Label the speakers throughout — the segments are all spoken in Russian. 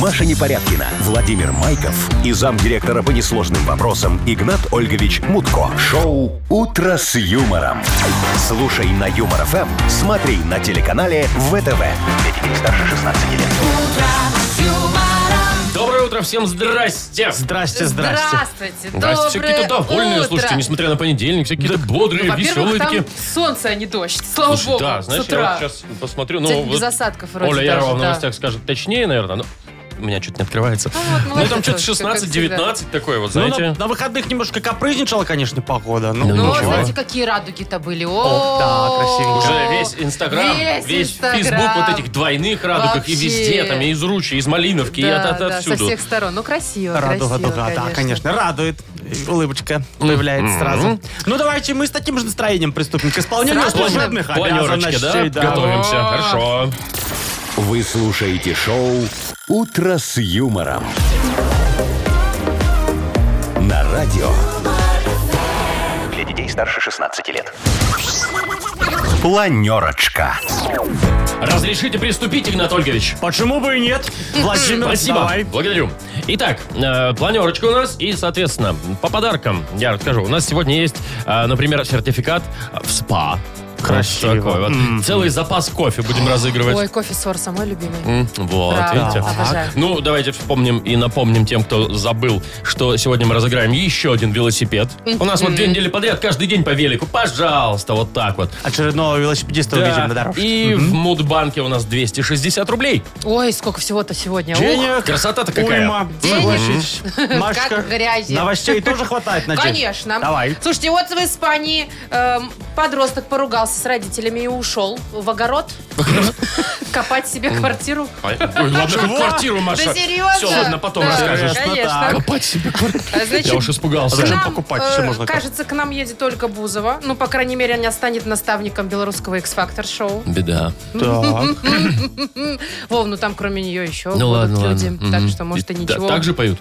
Speaker 1: Маша Непорядкина, Владимир Майков и замдиректора по несложным вопросам Игнат Ольгович Мутко. Шоу «Утро с юмором». Слушай на Юмор ФМ, смотри на телеканале ВТВ. Для детей старше 16 лет.
Speaker 2: Доброе утро всем, здрасте!
Speaker 3: Здрасте, здрасте.
Speaker 4: Здравствуйте.
Speaker 2: Здрасте, все
Speaker 4: Доброе
Speaker 2: какие-то довольные,
Speaker 4: утро.
Speaker 2: слушайте, несмотря на понедельник, все какие-то бодрые,
Speaker 4: Во-первых,
Speaker 2: веселые такие.
Speaker 4: там солнце, а не дождь. Слава
Speaker 2: Слушай,
Speaker 4: богу,
Speaker 2: да,
Speaker 4: с
Speaker 2: знаешь, я
Speaker 4: утра.
Speaker 2: вот сейчас посмотрю. Ну,
Speaker 4: Кстати, без
Speaker 2: вот
Speaker 4: осадков вроде
Speaker 2: Оля Ярова
Speaker 4: даже,
Speaker 2: в
Speaker 4: да.
Speaker 2: новостях скажет точнее, наверное, но у меня что-то не открывается.
Speaker 4: Ну, вот
Speaker 2: Ну,
Speaker 4: молодец,
Speaker 2: там что-то
Speaker 4: Олечка, как всегда.
Speaker 2: 16-19 такое вот,
Speaker 3: Ну, на,
Speaker 2: знаете.
Speaker 3: на выходных немножко капризничала, конечно, погода. Ну,
Speaker 4: Ну,
Speaker 2: Ну,
Speaker 4: а
Speaker 2: ничего.
Speaker 4: знаете, какие радуги-то были. О,
Speaker 3: да, красивенько.
Speaker 2: Уже весь Инстаграм,
Speaker 4: Весь
Speaker 2: весь
Speaker 4: Инстаграм.
Speaker 2: Фейсбук вот этих двойных радугах и
Speaker 4: Вообще.
Speaker 2: везде, там, и из Ручи, и из Малиновки, и
Speaker 4: Да,
Speaker 2: от, от-
Speaker 4: да, со
Speaker 2: отсюду.
Speaker 4: всех сторон. Ну, красиво,
Speaker 3: Радуга,
Speaker 4: красиво,
Speaker 3: дуга, да, конечно, радует. И Улыбочка появляется сразу. Ну, давайте мы с таким же настроением приступим к исполнению
Speaker 4: Сразу же?
Speaker 3: служебных
Speaker 2: Планерочки, да?
Speaker 3: обязанностей.
Speaker 2: Готовимся,
Speaker 4: О.
Speaker 2: хорошо.
Speaker 1: Вы слушаете шоу «Утро с юмором». На радио. Для детей старше 16 лет. Планерочка.
Speaker 2: Разрешите приступить, Игнат Ольгович?
Speaker 3: Почему бы и нет? Владимир,
Speaker 2: Спасибо,
Speaker 3: давай.
Speaker 2: благодарю. Итак, э, планерочка у нас, и, соответственно, по подаркам я расскажу. У нас сегодня есть, э, например, сертификат в СПА.
Speaker 3: Красиво.
Speaker 2: Вот такой вот. Целый запас кофе будем разыгрывать.
Speaker 4: Ой, кофе сор самой любимый.
Speaker 2: М, Вот,
Speaker 4: Браво.
Speaker 2: видите?
Speaker 4: Обожаю.
Speaker 2: Ну, давайте вспомним и напомним тем, кто забыл, что сегодня мы разыграем еще один велосипед. У нас вот две недели подряд, каждый день по велику. Пожалуйста, вот так вот.
Speaker 3: Очередного велосипедиста увидим на
Speaker 2: Да,
Speaker 3: дорожке.
Speaker 2: И в Мудбанке у нас 260 рублей.
Speaker 4: Ой, сколько всего-то сегодня. Ух,
Speaker 3: Денег
Speaker 2: Красота-то какая.
Speaker 3: уйма.
Speaker 4: Денег.
Speaker 3: Согласись. Машка,
Speaker 4: Как грязи.
Speaker 3: новостей тоже хватает, надеюсь?
Speaker 4: Конечно.
Speaker 3: Давай.
Speaker 4: Слушайте, вот в Испании эм, подросток поругался с родителями и ушел в огород копать себе квартиру.
Speaker 2: Ой, ладно, хоть квартиру, Маша.
Speaker 4: Да серьезно?
Speaker 2: Все, ладно, потом
Speaker 4: Да,
Speaker 2: расскажешь.
Speaker 4: Конечно.
Speaker 3: так.
Speaker 2: Копать себе квартиру.
Speaker 4: А, Значит,
Speaker 2: Я уж испугался.
Speaker 3: А зачем
Speaker 4: нам,
Speaker 3: покупать? Все
Speaker 4: э,
Speaker 3: можно как.
Speaker 4: кажется, к нам едет только Бузова. Ну, по крайней мере, она станет наставником белорусского X-Factor шоу.
Speaker 2: ну, Беда.
Speaker 3: Так.
Speaker 4: Вов, ну там кроме нее еще
Speaker 2: Ну
Speaker 4: будут
Speaker 2: ладно,
Speaker 4: люди.
Speaker 2: ладно.
Speaker 4: Так
Speaker 2: Мгм.
Speaker 4: что, может, и
Speaker 2: Да,
Speaker 4: ничего.
Speaker 2: Так же поют?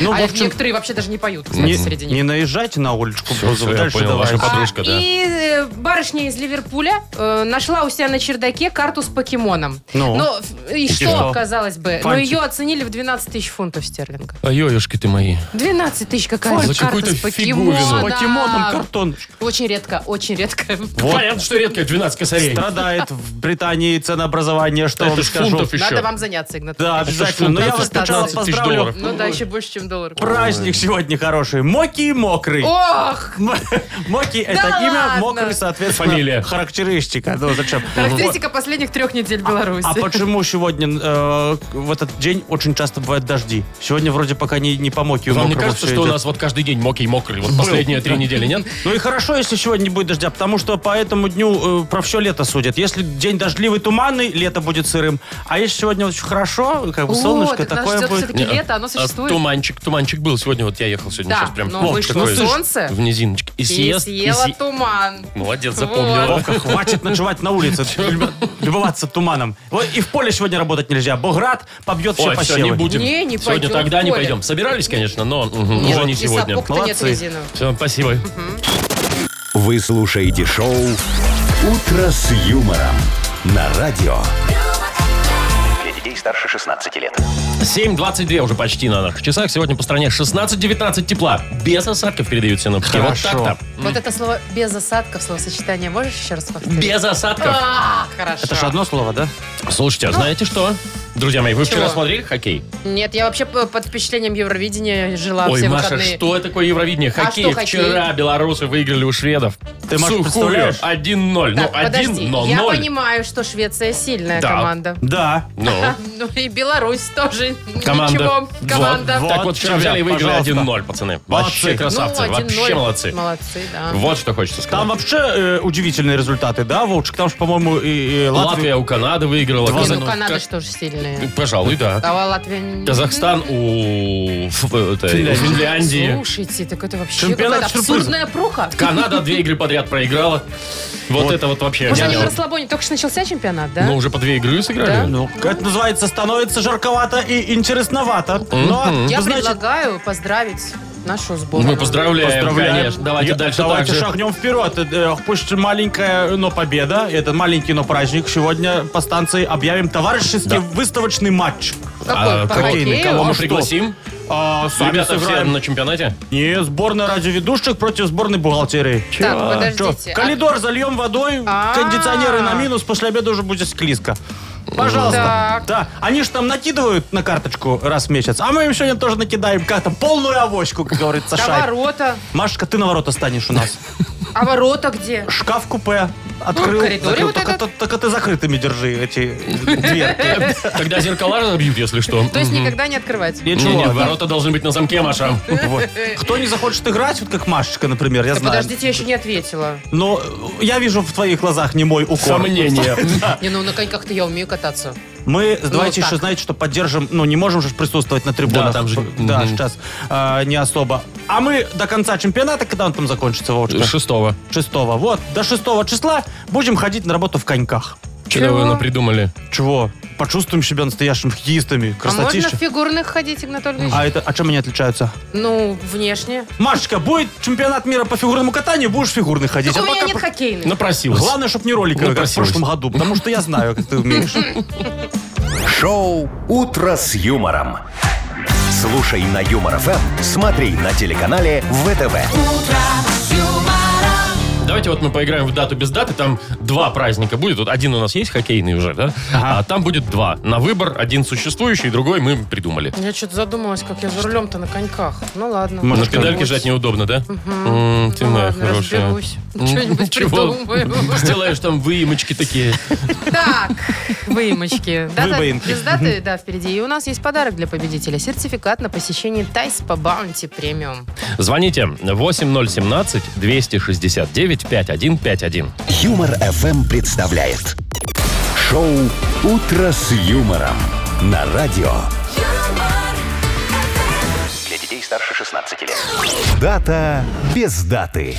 Speaker 3: Ну,
Speaker 4: а
Speaker 3: в общем,
Speaker 4: некоторые вообще даже не поют, кстати,
Speaker 3: не,
Speaker 4: среди них.
Speaker 3: не наезжайте на Олечку Бузову.
Speaker 2: всё, я
Speaker 3: Дальше
Speaker 2: понял, ваша подруга.
Speaker 3: давайте.
Speaker 2: подружка, да.
Speaker 4: И э, барышня из Ливерпуля э, нашла у себя на чердаке карту с покемоном.
Speaker 3: Ну.
Speaker 4: Но, ф- и что,
Speaker 3: что?
Speaker 4: казалось бы? Но
Speaker 3: Фантик.
Speaker 4: ее оценили в 12 тысяч фунтов стерлингов.
Speaker 2: А ёшки ты мои.
Speaker 4: 12 тысяч какая
Speaker 2: Фантик.
Speaker 4: же
Speaker 2: За
Speaker 4: карта
Speaker 2: какую-то
Speaker 4: с
Speaker 2: фиговину.
Speaker 4: покемоном.
Speaker 3: С покемоном картон.
Speaker 4: Очень редко, очень редко.
Speaker 2: Понятно, что редко 12 косарей.
Speaker 3: Страдает в Британии ценообразование, что
Speaker 2: Это
Speaker 3: вам
Speaker 2: ж
Speaker 3: скажу.
Speaker 2: фунтов
Speaker 4: Надо
Speaker 2: еще.
Speaker 4: вам заняться, Игнат.
Speaker 3: Да, обязательно. Но я вас сначала
Speaker 4: 16 тысяч
Speaker 3: поздравлю.
Speaker 2: долларов.
Speaker 4: Ну да, еще больше, чем доллар.
Speaker 3: Праздник сегодня хороший. Моки и мокрый.
Speaker 4: Ох!
Speaker 3: М- Моки это
Speaker 4: Да
Speaker 3: имя,
Speaker 4: ладно.
Speaker 3: мокрый, соответственно,
Speaker 2: Фамилия.
Speaker 3: характеристика. Ну зачем?
Speaker 4: Характеристика последних трех недель Беларуси.
Speaker 3: А почему сегодня э, в этот день очень часто бывают дожди? Сегодня вроде пока не, не по моки и
Speaker 2: Вам не
Speaker 3: мокрому
Speaker 2: кажется,
Speaker 3: всё
Speaker 2: что у
Speaker 3: идет.
Speaker 2: нас вот каждый день мокрый, мокрый? Вот последние три недели, нет?
Speaker 3: Ну и хорошо, если сегодня не будет дождя, потому что по этому дню э, про все лето судят. Если день дождливый, туманный, лето будет сырым. А если сегодня очень хорошо, как бы
Speaker 4: О,
Speaker 3: солнышко,
Speaker 4: так нас
Speaker 3: такое
Speaker 4: ждет
Speaker 3: будет...
Speaker 4: всё-таки
Speaker 2: Не,
Speaker 4: лето, оно
Speaker 2: а
Speaker 4: существует.
Speaker 2: Туманчик, туманчик был сегодня, вот я ехал сегодня
Speaker 4: Да,
Speaker 2: сейчас прям.
Speaker 4: но
Speaker 2: о,
Speaker 4: вышло
Speaker 2: такое
Speaker 4: солнце.
Speaker 2: В низиночке. И
Speaker 4: И
Speaker 2: съест, и
Speaker 4: съела
Speaker 2: се-
Speaker 4: туман.
Speaker 2: Молодец, запомнила.
Speaker 4: Вот.
Speaker 3: Вовка, хватит ночевать на улице, люб- любоваться туманом. Вот и в поле сегодня работать нельзя. Боград побьет все
Speaker 2: Ой, все, не
Speaker 3: посевы.
Speaker 2: будем.
Speaker 4: Не, не
Speaker 2: сегодня
Speaker 4: пойдем,
Speaker 2: тогда не
Speaker 4: Коля. ну,
Speaker 2: пойдем. Собирались, конечно, но мгм, уже не
Speaker 4: И
Speaker 2: сегодня.
Speaker 4: сапог-то нет
Speaker 3: Молодцы.
Speaker 4: резиновых.
Speaker 2: Все, спасибо.
Speaker 1: Вы слушаете шоу «Утро с юмором» на радио. Для детей старше 16 лет.
Speaker 2: 7.22 уже почти на наших часах. Сегодня по стране 16-19 тепла. Без осадков передают синоптики. Вот
Speaker 3: Хорошо.
Speaker 2: так-то.
Speaker 4: Вот это слово без осадков, словосочетание, можешь еще раз повторить?
Speaker 2: Без осадков.
Speaker 4: А, хорошо.
Speaker 3: Это же одно слово, да?
Speaker 2: Слушайте, а знаете что? Друзья мои, вы вчера
Speaker 4: Чего?
Speaker 2: смотрели хоккей?
Speaker 4: Нет, я вообще п- под впечатлением Евровидения жила
Speaker 2: Ой,
Speaker 4: А, все
Speaker 2: Маша,
Speaker 4: выходные.
Speaker 2: что такое Евровидение?
Speaker 4: А
Speaker 2: Хоккей.
Speaker 4: что хоккей?
Speaker 2: Вчера белорусы выиграли у шведов.
Speaker 3: Ты, Маш,
Speaker 2: Сухую.
Speaker 3: представляешь?
Speaker 2: 1-0.
Speaker 4: Так,
Speaker 2: ну, один,
Speaker 4: подожди,
Speaker 2: но
Speaker 4: я
Speaker 2: 0.
Speaker 4: понимаю, что Швеция сильная
Speaker 2: Да.
Speaker 4: команда.
Speaker 3: Да.
Speaker 2: Ну,
Speaker 4: Ну и Беларусь тоже
Speaker 2: команда.
Speaker 4: ничего. Команда.
Speaker 3: Вот,
Speaker 2: Так вот, вчера
Speaker 3: тебе,
Speaker 2: взяли и выиграли
Speaker 3: пожалуйста.
Speaker 2: 1-0, пацаны. Вообще
Speaker 3: Молодцы.
Speaker 2: красавцы,
Speaker 4: Ну, 1-0.
Speaker 2: вообще молодцы.
Speaker 4: Молодцы, да.
Speaker 2: Вот что хочется сказать.
Speaker 3: Там вообще э, удивительные результаты, да, Вовчик? Там же, по-моему, и, и Латвия...
Speaker 2: Латвия у Канады выиграла.
Speaker 4: Не,
Speaker 2: Каза-
Speaker 4: ну Канада
Speaker 2: Ка-
Speaker 4: же тоже сильная.
Speaker 2: Пожалуй, да.
Speaker 4: А Латвия... не-
Speaker 2: Казахстан у ф- это,
Speaker 3: Финляндии.
Speaker 2: у Финляндии.
Speaker 4: Слушайте, так это вообще
Speaker 3: Чемпионат
Speaker 4: какая-то
Speaker 3: сюрпризов.
Speaker 4: абсурдная пруха.
Speaker 2: Канада две игры подряд проиграла. Вот
Speaker 3: Вот.
Speaker 2: это вот вообще.
Speaker 4: Может,
Speaker 2: не
Speaker 4: они на
Speaker 2: было.
Speaker 4: расслабоне. Только что начался чемпионат, да?
Speaker 2: Ну, уже по две игры
Speaker 4: Да?
Speaker 2: сыграли.
Speaker 3: Ну, это называется, становится жарковато и интересновато. Но,
Speaker 4: Я
Speaker 3: значит,
Speaker 4: предлагаю поздравить нашу сборную.
Speaker 2: ну, Мы поздравляем, конечно. Давайте
Speaker 3: Я-
Speaker 2: дальше
Speaker 3: Давайте
Speaker 2: так же.
Speaker 3: шагнем вперед. Э, Пусть маленькая, но победа. Это маленький, но праздник. Сегодня по станции объявим товарищеский
Speaker 2: Да.
Speaker 3: выставочный матч.
Speaker 4: Ну, Какой?
Speaker 2: А
Speaker 4: По
Speaker 2: кого-
Speaker 4: хоккею?
Speaker 2: кого мы
Speaker 3: А что?
Speaker 2: пригласим?
Speaker 3: А, сами
Speaker 2: Ребята все
Speaker 3: сыграем.
Speaker 2: на чемпионате?
Speaker 3: Не, сборная радиоведущих против сборной бухгалтерии.
Speaker 4: Так,
Speaker 2: Чё?
Speaker 3: Что,
Speaker 4: подождите. а-
Speaker 3: коридор зальем водой,
Speaker 4: А.
Speaker 3: кондиционеры на минус, после обеда уже будет склизко. Пожалуйста.
Speaker 4: Так.
Speaker 3: Да. Они же там накидывают на карточку раз в месяц, а мы им сегодня тоже накидаем как там полную авоську, как говорится,
Speaker 4: А
Speaker 3: шайб.
Speaker 4: ворота?
Speaker 3: Машечка, ты на ворота станешь у нас.
Speaker 4: А ворота где?
Speaker 3: Шкаф-купе открыл.
Speaker 4: в коридоре
Speaker 3: закрыл.
Speaker 4: вот
Speaker 3: только,
Speaker 4: этот?
Speaker 3: то- только ты закрытыми держи эти дверки.
Speaker 2: Тогда зеркала разобьют, если что.
Speaker 4: То есть никогда не открывать.
Speaker 2: Не, не,
Speaker 3: Ничего.
Speaker 2: ворота должны быть на замке, Маша.
Speaker 3: Вот. Кто не захочет играть, вот как Машечка, например, я
Speaker 4: Да
Speaker 3: знаю.
Speaker 4: подождите, я еще не ответила.
Speaker 3: Но э, я вижу в твоих глазах не мой укор.
Speaker 2: Сомнение.
Speaker 4: Не, ну на коньках-то я умею кататься.
Speaker 3: Мы давайте
Speaker 4: так.
Speaker 3: еще, знаете, что поддержим, ну, не можем же присутствовать на трибунах.
Speaker 2: Да, там же-
Speaker 3: Да,
Speaker 2: мгм.
Speaker 3: сейчас э, не особо. А мы до конца чемпионата, когда он там закончится, Вовочка?
Speaker 2: Шестого.
Speaker 3: Шестого. Вот, до шестого числа будем ходить на работу в коньках.
Speaker 2: Чего вы напридумали?
Speaker 3: Чего? Почувствуем себя настоящими хоккеистами.
Speaker 4: А можно
Speaker 3: Красотища.
Speaker 4: в фигурных ходить, Игнатольевич?
Speaker 3: А это, а чем они отличаются?
Speaker 4: Ну, внешне.
Speaker 3: Машечка, будет чемпионат мира по фигурному катанию, будешь фигурный ходить.
Speaker 4: Так у
Speaker 3: А
Speaker 4: меня
Speaker 3: пока
Speaker 4: нет
Speaker 3: по-
Speaker 4: хоккейных.
Speaker 2: Напросилась.
Speaker 3: Главное, чтобы не ролика,
Speaker 2: Ну,
Speaker 3: как в
Speaker 2: просилась.
Speaker 3: прошлом году, потому что я знаю, как ты умеешь.
Speaker 1: Шоу «Утро с юмором». Слушай на Юмор ФМ, смотри на телеканале ВТВ.
Speaker 2: Давайте вот мы поиграем в дату без даты. Там два праздника будет. Вот один у нас есть хоккейный уже, да? А там будет два. На выбор один существующий, другой мы придумали.
Speaker 4: Я что-то задумалась, как я за рулем-то на коньках. Ну ладно.
Speaker 2: На
Speaker 3: Машка,
Speaker 2: педальке жать неудобно, да? М, Ты
Speaker 4: Ну
Speaker 2: моя
Speaker 4: ладно,
Speaker 2: хорошая.
Speaker 4: разберусь.
Speaker 3: Ну,
Speaker 2: М,
Speaker 4: Что-нибудь
Speaker 2: чего?
Speaker 4: придумаю.
Speaker 2: Сделаешь там выемочки такие.
Speaker 4: Так, выемочки. Дата-
Speaker 3: Выбоинки.
Speaker 4: Без даты, да, впереди. И у нас есть подарок для победителя. Сертификат на посещение Тайс по Баунти Премиум.
Speaker 2: Звоните 8017-269-5151.
Speaker 1: Юмор ФМ представляет шоу Утро с юмором на радио. Для детей старше 16 лет. Дата без даты.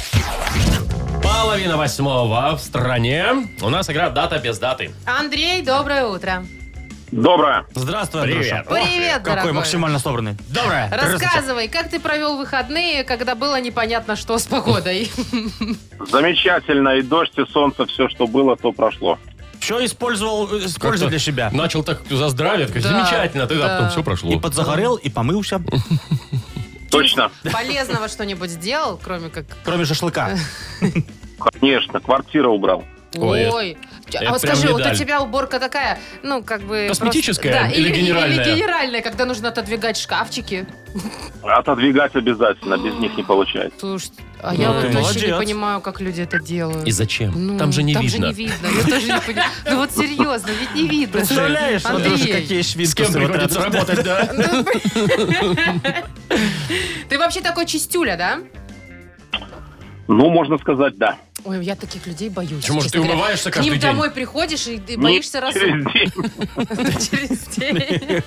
Speaker 2: Половина восьмого в стране. У нас игра «Дата без даты».
Speaker 4: Андрей, доброе утро.
Speaker 5: Доброе.
Speaker 3: Здравствуй, Андрюша.
Speaker 2: Привет.
Speaker 4: Привет,
Speaker 3: Какой
Speaker 4: дорогой.
Speaker 3: максимально собранный. Доброе.
Speaker 4: Рассказывай, как ты провел выходные, когда было непонятно, что с погодой?
Speaker 5: Замечательно. И дождь, и солнце, все, что было, то прошло.
Speaker 3: Все использовал, э, использовал для себя.
Speaker 2: Начал так за здравие. такой,
Speaker 4: Да,
Speaker 2: Замечательно. а Ты да,
Speaker 4: да.
Speaker 2: потом все прошло.
Speaker 3: И подзагорел, и помылся,
Speaker 5: Точно?
Speaker 4: Полезного что-нибудь сделал, кроме как...
Speaker 3: кроме шашлыка.
Speaker 5: Конечно. Квартира убрал.
Speaker 2: Ой, это-
Speaker 4: Ой,
Speaker 2: это
Speaker 4: а вот
Speaker 2: прям
Speaker 4: скажи, вот у
Speaker 2: медаль.
Speaker 4: тебя уборка такая, ну, как бы... просто-
Speaker 2: Косметическая
Speaker 4: Да,
Speaker 2: или генеральная?
Speaker 4: Или генеральная, когда нужно отодвигать шкафчики.
Speaker 5: Отодвигать обязательно. Без них не получается.
Speaker 4: Слушай, а я
Speaker 2: Ну,
Speaker 4: вот
Speaker 2: ты
Speaker 4: вообще не
Speaker 3: молодец.
Speaker 4: понимаю, как люди это делают.
Speaker 2: И зачем?
Speaker 4: Ну,
Speaker 2: там же не
Speaker 4: там
Speaker 2: видно.
Speaker 4: Же не видно. Я тоже не понимаю. Ну вот серьезно, ведь не видно. же.
Speaker 3: Представляешь, Андрюша,
Speaker 4: Андрей,
Speaker 3: какие швидкости.
Speaker 2: С кем приходится работать, да?
Speaker 4: ты вообще такой чистюля, да?
Speaker 5: Ну, можно сказать, да.
Speaker 4: Ой, я таких людей боюсь.
Speaker 2: Почему же
Speaker 4: честно
Speaker 2: ты
Speaker 4: говоря.
Speaker 2: умываешься
Speaker 4: К
Speaker 2: каждый
Speaker 4: ним
Speaker 2: день?
Speaker 4: домой приходишь и, и боишься
Speaker 5: Не
Speaker 4: раз
Speaker 5: через день.
Speaker 4: через день.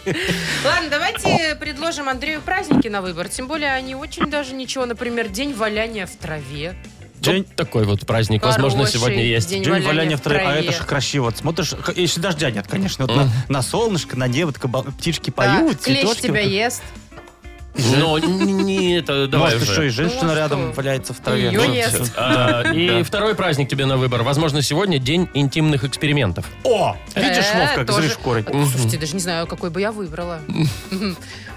Speaker 4: Ладно, давайте предложим Андрею праздники на выбор. Тем более они очень даже ничего. Например, день валяния в траве.
Speaker 3: День-
Speaker 2: Вот такой вот праздник, возможно,
Speaker 4: Хороший
Speaker 2: сегодня есть.
Speaker 4: день
Speaker 3: День
Speaker 4: валяния
Speaker 3: валяния
Speaker 4: в
Speaker 3: в траве. А
Speaker 4: траве.
Speaker 3: это же красиво. Вот Смотришь, х- если дождя нет, конечно. Вот на- На солнышко, на небо, так оба- птички поют,
Speaker 4: Так, Клещ
Speaker 3: цветочки.
Speaker 4: тебя ест.
Speaker 2: Но не- не это, давай
Speaker 3: Может, еще и
Speaker 2: уже.
Speaker 4: Ну,
Speaker 3: женщина
Speaker 4: а
Speaker 3: рядом
Speaker 4: что?
Speaker 3: валяется в траве.
Speaker 4: Её
Speaker 3: Ну,
Speaker 4: ест.
Speaker 3: всё.
Speaker 2: А, И второй праздник тебе на выбор. Возможно, сегодня день интимных экспериментов.
Speaker 3: О! Видишь,
Speaker 4: Э,
Speaker 3: Вов, как
Speaker 4: тоже.
Speaker 3: зришь корень.
Speaker 4: Слушайте, даже не знаю, какой бы я выбрала.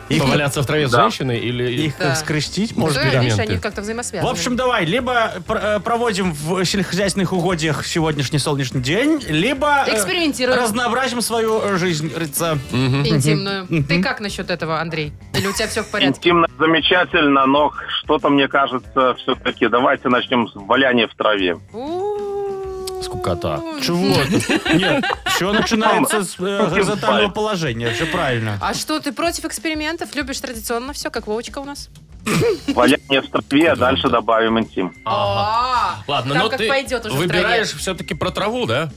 Speaker 3: Их-
Speaker 2: Поваляться в траве с
Speaker 5: Да.
Speaker 2: женщиной или...
Speaker 3: Их
Speaker 4: Да.
Speaker 3: скрестить можно.
Speaker 4: Да, видишь,
Speaker 2: элементы.
Speaker 4: они как-то
Speaker 3: В
Speaker 4: взаимосвязаны.
Speaker 3: общем, давай, либо пр- э, проводим в сельскохозяйственных угодьях сегодняшний солнечный день, либо э,
Speaker 4: Экспериментируем
Speaker 3: разнообразим свою э, жизнь, рыца.
Speaker 4: интимную. Ты как насчет этого, Андрей? Или у тебя все в порядке?
Speaker 5: Интимно замечательно, но что-то, мне кажется, все-таки давайте начнем с валяния в траве.
Speaker 4: У-у-у.
Speaker 2: Скукота.
Speaker 4: Ну,
Speaker 3: Чего это? Нет, все начинается с э, горизонтального
Speaker 5: Пальцем.
Speaker 3: положения, все правильно.
Speaker 4: А что, ты против экспериментов? Любишь традиционно все, как Вовочка у нас?
Speaker 5: Валяние в траве, а дальше добавим интим.
Speaker 2: Ага.
Speaker 4: А,
Speaker 2: Ладно,
Speaker 4: там
Speaker 2: но
Speaker 4: как
Speaker 2: ты
Speaker 4: пойдет уже в траве.
Speaker 2: выбираешь все-таки про траву, да?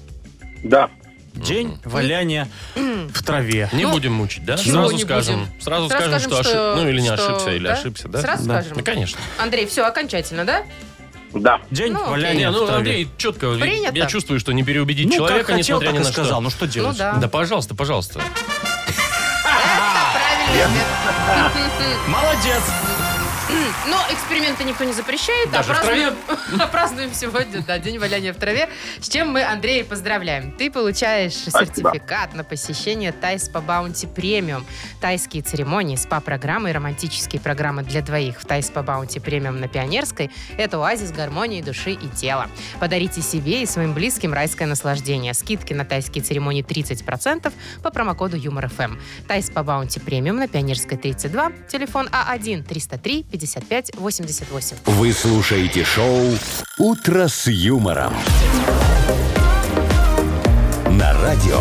Speaker 5: Да.
Speaker 3: День валяния в траве.
Speaker 2: Не
Speaker 4: Ну,
Speaker 2: будем мучить, да?
Speaker 4: чего
Speaker 2: Сразу
Speaker 4: не
Speaker 2: скажем.
Speaker 4: будем?
Speaker 2: Сразу
Speaker 4: Сразу
Speaker 2: скажем,
Speaker 4: скажем,
Speaker 2: что, ошиб-
Speaker 4: что-
Speaker 2: Ну, или не
Speaker 4: что,
Speaker 2: ошибся, или
Speaker 4: да?
Speaker 2: ошибся, да?
Speaker 4: Сразу
Speaker 3: Да.
Speaker 4: скажем.
Speaker 2: Ну, конечно.
Speaker 4: Андрей, все, окончательно, да?
Speaker 5: Да.
Speaker 3: День
Speaker 4: Ну, окей.
Speaker 2: Не,
Speaker 3: валяния
Speaker 2: ну,
Speaker 3: в траве.
Speaker 2: Андрей, четко.
Speaker 4: Принято.
Speaker 2: Я чувствую, что не переубедить
Speaker 3: Ну,
Speaker 2: человека,
Speaker 3: как хотел,
Speaker 2: несмотря
Speaker 3: так
Speaker 2: ни
Speaker 3: и
Speaker 2: на что.
Speaker 3: сказал. Ну, что делать?
Speaker 4: да.
Speaker 2: Да, пожалуйста, пожалуйста.
Speaker 4: Правильно.
Speaker 3: Молодец!
Speaker 4: Но эксперименты никто не запрещает.
Speaker 2: Даже в
Speaker 4: празднуем- а празднуем сегодня, да, день валяния в траве. С чем мы, Андрея, поздравляем. Ты получаешь сертификат на посещение Тайс по Баунти Премиум. Тайские церемонии, спа-программы и романтические программы для двоих в Тайс по Баунти Премиум на Пионерской – это оазис гармонии души и тела. Подарите себе и своим близким райское наслаждение. Скидки на тайские церемонии 30% по промокоду ЮморФМ. Тайс по Баунти Премиум на Пионерской 32, телефон А А1-303-55-88.
Speaker 1: Вы слушаете шоу «Утро с юмором». На радио.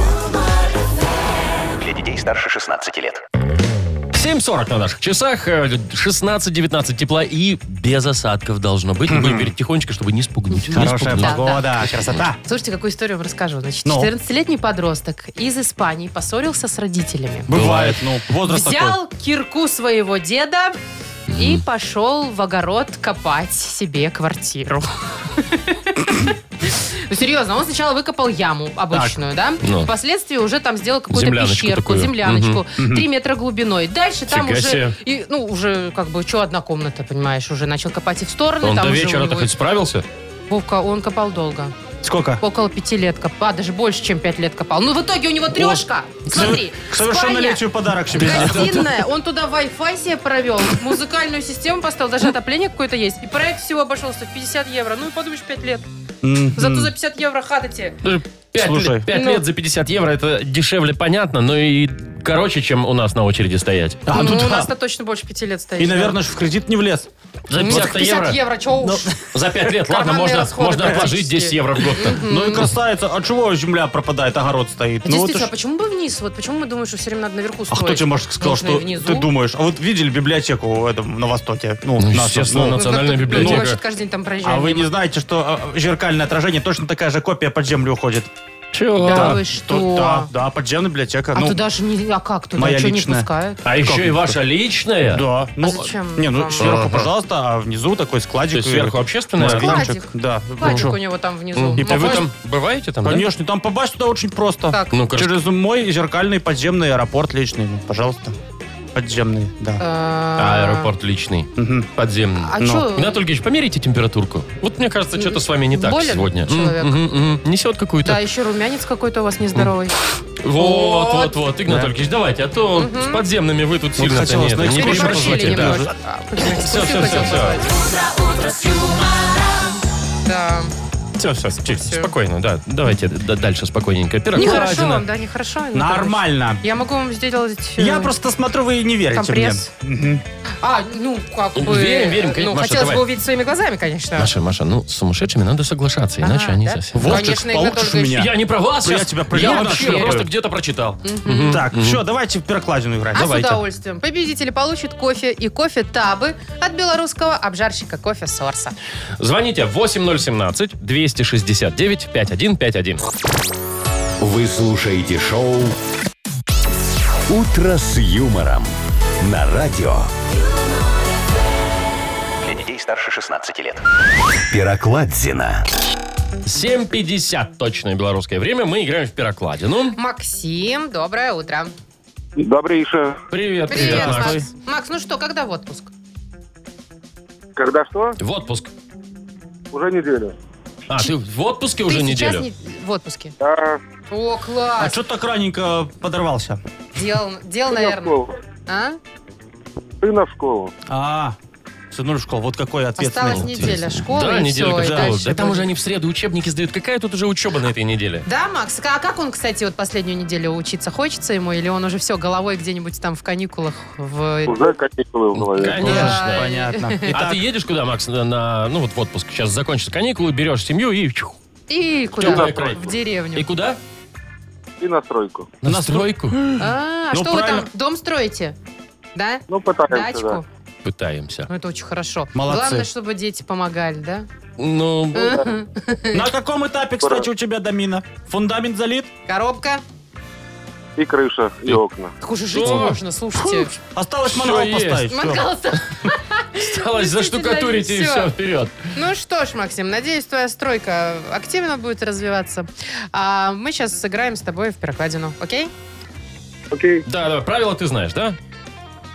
Speaker 6: Для детей старше 16 лет.
Speaker 2: 7.40 на наших часах, э, 16-19 тепла и без осадков должно быть. Мы будем говорить тихонечко, чтобы не спугнуть. Не
Speaker 3: Хорошая
Speaker 2: спугнуть.
Speaker 4: Да,
Speaker 3: погода, красота.
Speaker 4: Слушайте, какую историю вам расскажу. Значит,
Speaker 3: Ну.
Speaker 4: 14-летний подросток из Испании поссорился с родителями.
Speaker 3: Бывает, ну, возраст такой.
Speaker 4: Взял кирку своего деда и пошел в огород копать себе квартиру. Ну, серьезно, он сначала выкопал яму обычную, да?
Speaker 2: Ну.
Speaker 4: Впоследствии уже там сделал какую-то
Speaker 2: Земляночку
Speaker 4: пещерку,
Speaker 2: такую.
Speaker 4: земляночку. Три метра глубиной. Дальше там
Speaker 2: Фига себе.
Speaker 4: уже... и, Ну, уже как бы, что одна комната, понимаешь, уже начал копать и в стороны.
Speaker 2: Он
Speaker 4: Ну, там
Speaker 2: до
Speaker 4: уже у
Speaker 2: вечера-то
Speaker 4: него-
Speaker 2: хоть справился?
Speaker 4: Вовка, он копал долго.
Speaker 3: Сколько?
Speaker 4: Около пяти лет копал, а даже больше, чем пять лет копал. Ну, в итоге у него трешка. Смотри,
Speaker 3: К совершеннолетию подарок себе.
Speaker 4: спальня, гостиная, он туда Wi-Fi себе провел, музыкальную систему поставил, даже отопление какое-то есть. И проект всего обошелся в 50 евро. Ну, и подумаешь, 5 лет.
Speaker 3: Мгм.
Speaker 4: Зато за 50 евро хата тебе.
Speaker 2: 5,
Speaker 3: Слушай.
Speaker 2: лет, Ну, пять
Speaker 4: Ну.
Speaker 2: лет за 50 евро это дешевле, понятно, но и короче, чем у нас на очереди стоять.
Speaker 3: А,
Speaker 4: ну,
Speaker 3: ну
Speaker 4: у
Speaker 3: да.
Speaker 4: нас-то точно больше 5 лет стоит.
Speaker 3: И, наверное, Ну, ж в кредит не влез.
Speaker 2: За
Speaker 4: Ну,
Speaker 2: 50, евро.
Speaker 4: чё уж.
Speaker 2: За 5 лет, ладно,
Speaker 4: Карманные
Speaker 2: можно,
Speaker 4: расходы
Speaker 2: можно отложить
Speaker 4: практически.
Speaker 2: 10 евро в год.
Speaker 3: Ну и красавица, а чего земля пропадает, огород стоит?
Speaker 4: А
Speaker 3: Ну,
Speaker 4: действительно,
Speaker 3: это ж-
Speaker 4: а почему бы вниз? Вот почему мы думаем, что все время надо наверху
Speaker 3: а
Speaker 4: строить?
Speaker 3: кто тебе, может, сказал,
Speaker 4: Нужно и
Speaker 3: что
Speaker 4: внизу.
Speaker 3: ты думаешь? А вот видели библиотеку в этом, на Востоке? Ну,
Speaker 2: Ну,
Speaker 3: нашу,
Speaker 2: естественно,
Speaker 3: ну,
Speaker 4: Ну, как-то,
Speaker 2: Национальная
Speaker 4: ну,
Speaker 2: библиотека.
Speaker 4: вообще каждый день там проезжаем.
Speaker 3: А вы
Speaker 4: мимо.
Speaker 3: не знаете, что а, зеркальное отражение точно такая же копия под землю уходит?
Speaker 2: Чего?
Speaker 4: Да
Speaker 3: Да,
Speaker 4: вы что?
Speaker 3: Да, да, подземная библиотека.
Speaker 4: А
Speaker 3: ну,
Speaker 4: туда же не... А как туда?
Speaker 3: моя
Speaker 4: Чё не
Speaker 3: личная.
Speaker 4: пускают?
Speaker 2: А еще и
Speaker 3: это?
Speaker 2: ваша личная?
Speaker 3: Да. Ну,
Speaker 4: А зачем
Speaker 3: Не, ну
Speaker 4: вам?
Speaker 3: сверху,
Speaker 2: Ага.
Speaker 3: пожалуйста, а внизу такой
Speaker 2: То
Speaker 3: складик.
Speaker 2: есть сверху
Speaker 3: и-
Speaker 2: общественная?
Speaker 3: Да,
Speaker 4: Складик.
Speaker 3: лампочек, Да. ну
Speaker 4: Платик
Speaker 3: чё?
Speaker 4: у него там внизу.
Speaker 2: М,
Speaker 3: И
Speaker 2: а вы
Speaker 3: попасть-
Speaker 2: там бываете там? да? Ну,
Speaker 3: Конечно, там попасть туда очень просто.
Speaker 4: Так.
Speaker 2: Ну-ка,
Speaker 3: Через мой зеркальный подземный аэропорт личный. Ну, Пожалуйста. Подземный, да.
Speaker 4: А,
Speaker 2: Аэропорт личный,
Speaker 3: Мгм.
Speaker 2: подземный.
Speaker 4: А
Speaker 3: Ну.
Speaker 4: что?
Speaker 2: Игнат Ольгиевич, померите температурку. Вот мне кажется, что-то с вами не так
Speaker 4: Болен
Speaker 2: сегодня. М,
Speaker 4: человек.
Speaker 2: мгм, мгм. Несет какую-то.
Speaker 4: Да, еще румянец какой-то у вас нездоровый.
Speaker 2: Вот, вот,
Speaker 4: Вот.
Speaker 2: вот, Игнат
Speaker 3: Да.
Speaker 2: Ольгиевич, давайте, а то с подземными вы тут сильно то
Speaker 3: хотелось
Speaker 2: не,
Speaker 3: на
Speaker 2: это, не
Speaker 3: эксперимент
Speaker 2: будем
Speaker 4: Переборщили
Speaker 2: позволять, да.
Speaker 4: немножко. А, понимаете,
Speaker 2: Всё,
Speaker 4: спасибо,
Speaker 2: всё,
Speaker 4: хотел
Speaker 2: всё,
Speaker 4: назвать. Да.
Speaker 2: Все, все, спокойно, да. Давайте д- дальше спокойненько.
Speaker 4: Нехорошо
Speaker 2: Пирогладина.
Speaker 4: вам, да, нехорошо? Анатолий?
Speaker 3: Нормально.
Speaker 4: Я могу вам сделать... ну, э,
Speaker 3: Я просто смотрю, вы не верите
Speaker 4: компресс.
Speaker 3: мне. Мгм.
Speaker 4: А, ну, как бы...
Speaker 2: Верим, верим, конечно,
Speaker 4: Ну,
Speaker 2: Маша,
Speaker 4: хотелось
Speaker 2: давай.
Speaker 4: бы увидеть своими глазами, конечно.
Speaker 2: Маша, Маша, ну с сумасшедшими надо соглашаться, иначе
Speaker 4: Ага,
Speaker 2: они
Speaker 4: да?
Speaker 2: совсем...
Speaker 3: Вовчик,
Speaker 4: Конечно, Игнат
Speaker 3: получишь у
Speaker 4: Ольгович.
Speaker 3: меня.
Speaker 2: Я не про вас
Speaker 3: Я
Speaker 2: сейчас.
Speaker 3: тебя проверю,
Speaker 2: вообще
Speaker 3: вообще.
Speaker 2: просто где-то прочитал.
Speaker 3: Так, все, давайте в перекладину играть.
Speaker 4: А
Speaker 3: давайте.
Speaker 4: с удовольствием. Победители получат кофе и кофе Табы от белорусского обжарщика кофе Сорса.
Speaker 2: Звоните 8017-269-5151.
Speaker 1: Вы слушаете шоу «Утро с юмором». На радио.
Speaker 6: Для детей старше 16 лет.
Speaker 1: Пирокладзина.
Speaker 2: 7.50 точное белорусское время. Мы играем в Ну, пирокладину.
Speaker 4: Максим, доброе утро.
Speaker 5: Добрейшее.
Speaker 2: Привет,
Speaker 4: Привет,
Speaker 2: Макс.
Speaker 4: Макс. Макс, ну что, когда в отпуск?
Speaker 5: Когда что?
Speaker 2: В отпуск.
Speaker 5: Уже неделю.
Speaker 2: А, ты в отпуске уже
Speaker 4: Ты
Speaker 2: неделю?
Speaker 4: сейчас не- в отпуске.
Speaker 5: Да,
Speaker 4: О,
Speaker 3: А
Speaker 4: класс.
Speaker 3: что так раненько подорвался?
Speaker 4: Дел, дел,
Speaker 5: сына в
Speaker 4: наверное.
Speaker 5: школу.
Speaker 4: А?
Speaker 5: Сына в школу.
Speaker 3: А, сынуль в школу, вот какой ответственный.
Speaker 4: Осталась неделя школы.
Speaker 2: да,
Speaker 4: и
Speaker 2: неделя
Speaker 4: всё,
Speaker 2: как
Speaker 4: и
Speaker 2: школа.
Speaker 4: дальше
Speaker 2: Да там
Speaker 4: будет.
Speaker 2: уже они в среду учебники сдают. Какая тут уже учеба на этой неделе?
Speaker 4: Да, Макс, а как он, кстати, вот последнюю неделю учиться? Хочется ему или он уже все головой где-нибудь там в каникулах? В...
Speaker 5: Уже каникулы в голове.
Speaker 2: Конечно.
Speaker 3: Понятно.
Speaker 2: А
Speaker 3: Итак,
Speaker 2: ты едешь куда, Макс, на, на- ну вот в отпуск? Сейчас закончатся каникулы, берешь семью и... чух.
Speaker 4: И
Speaker 2: Чё
Speaker 4: куда?
Speaker 2: вы играете?
Speaker 4: В
Speaker 2: И
Speaker 4: деревню.
Speaker 2: куда?
Speaker 5: И на стройку.
Speaker 2: На стройку.
Speaker 4: А,
Speaker 3: Ну,
Speaker 4: что вы там,
Speaker 3: правильно.
Speaker 4: дом строите? Да?
Speaker 5: Ну, пытаемся, да.
Speaker 4: Дачку?
Speaker 2: Пытаемся.
Speaker 4: Ну, это очень хорошо.
Speaker 3: Молодцы.
Speaker 4: Главное, чтобы дети помогали, да?
Speaker 2: Ну,
Speaker 3: на каком этапе, кстати, у тебя домина? Фундамент залит?
Speaker 4: Коробка.
Speaker 5: И крыша, и окна.
Speaker 4: Так уже жить
Speaker 2: О.
Speaker 4: можно, слушайте.
Speaker 3: Осталось
Speaker 2: Всё
Speaker 3: мангал
Speaker 2: есть.
Speaker 3: поставить. всё.
Speaker 4: Мангал сам
Speaker 2: осталось заштукатурить и
Speaker 4: Всё.
Speaker 2: все, вперед.
Speaker 4: Ну что ж, Максим, надеюсь, твоя стройка активно будет развиваться. А мы сейчас сыграем с тобой в перекладину, окей?
Speaker 5: Окей.
Speaker 2: Да, да, правила ты знаешь, да?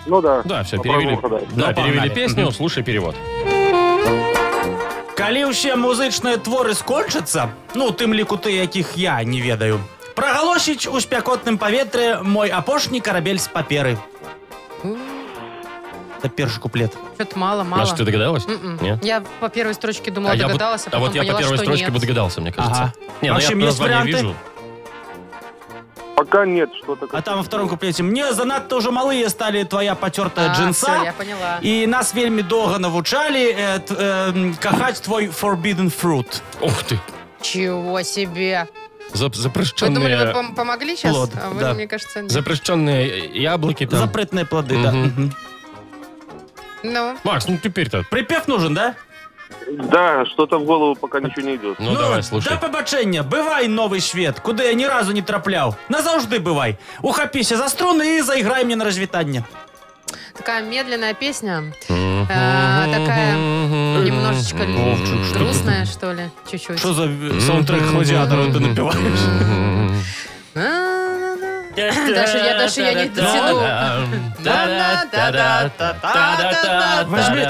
Speaker 5: Ну да.
Speaker 2: Да, все,
Speaker 5: Попробуем
Speaker 2: перевели.
Speaker 5: продать.
Speaker 2: Да,
Speaker 3: Ну,
Speaker 2: перевели
Speaker 3: погнали.
Speaker 2: песню, слушай перевод.
Speaker 3: Калі ўсе музычныя творы скончацца, ну у тым ліку ты, якіх я не ведаю. Прагалосіць у спякотным паветры мой апошні карабель з паперы. Это першы куплет.
Speaker 4: Что-то мало-мало.
Speaker 2: Маша, ты догадалась?
Speaker 4: М-м.
Speaker 2: Нет?
Speaker 4: Я по первой строчке думала,
Speaker 2: я бы-
Speaker 4: догадалась, а,
Speaker 2: а
Speaker 4: потом
Speaker 2: вот я
Speaker 4: поняла,
Speaker 2: по первой
Speaker 4: что
Speaker 2: строчке
Speaker 4: нет.
Speaker 2: бы догадался, мне кажется.
Speaker 3: Ага.
Speaker 2: Не, ну
Speaker 3: В общем,
Speaker 2: я
Speaker 3: есть
Speaker 2: название
Speaker 3: варианты?
Speaker 2: вижу.
Speaker 5: Пока нет что-то.
Speaker 3: А там во втором куплеце мне занадта ўжо малыя сталі твоя пацёртая
Speaker 4: А, всё, я
Speaker 3: джинса.
Speaker 4: поняла.
Speaker 3: І нас вельмі доўга навучалі э, т- э, кахаць твой forbidden fruit.
Speaker 2: Ух ты,
Speaker 4: Чего себе.
Speaker 2: за-
Speaker 4: Вы думали, вы
Speaker 2: запрещенные...
Speaker 4: пом- помогли сейчас?
Speaker 3: плод,
Speaker 4: а вы,
Speaker 3: да.
Speaker 4: мне кажется, нет.
Speaker 2: Запрещенные яблоки там.
Speaker 3: Запретныя плады, да.
Speaker 2: Мгм.
Speaker 4: Ну,
Speaker 2: Макс, ну теперь-то.
Speaker 3: Припев нужен, да?
Speaker 5: Да, что-то в голову пока ничего не идет.
Speaker 2: Ну, давай, слушай.
Speaker 3: Да пабачэння, бывай новы свет, куды я ні разу не трапляў. Назаўжды бывай. Ухапіся за струны і зайграй мне на развітанне.
Speaker 4: такая медленная песня. Э, Такая немножечко
Speaker 2: Вовчик, что
Speaker 4: грустная, что ли. Чуть-чуть.
Speaker 3: Що за э, саундтрек гладіатора ты напіваеш?
Speaker 4: А, На-на-на. Даша, я даже я не дотяну.
Speaker 3: Возьми-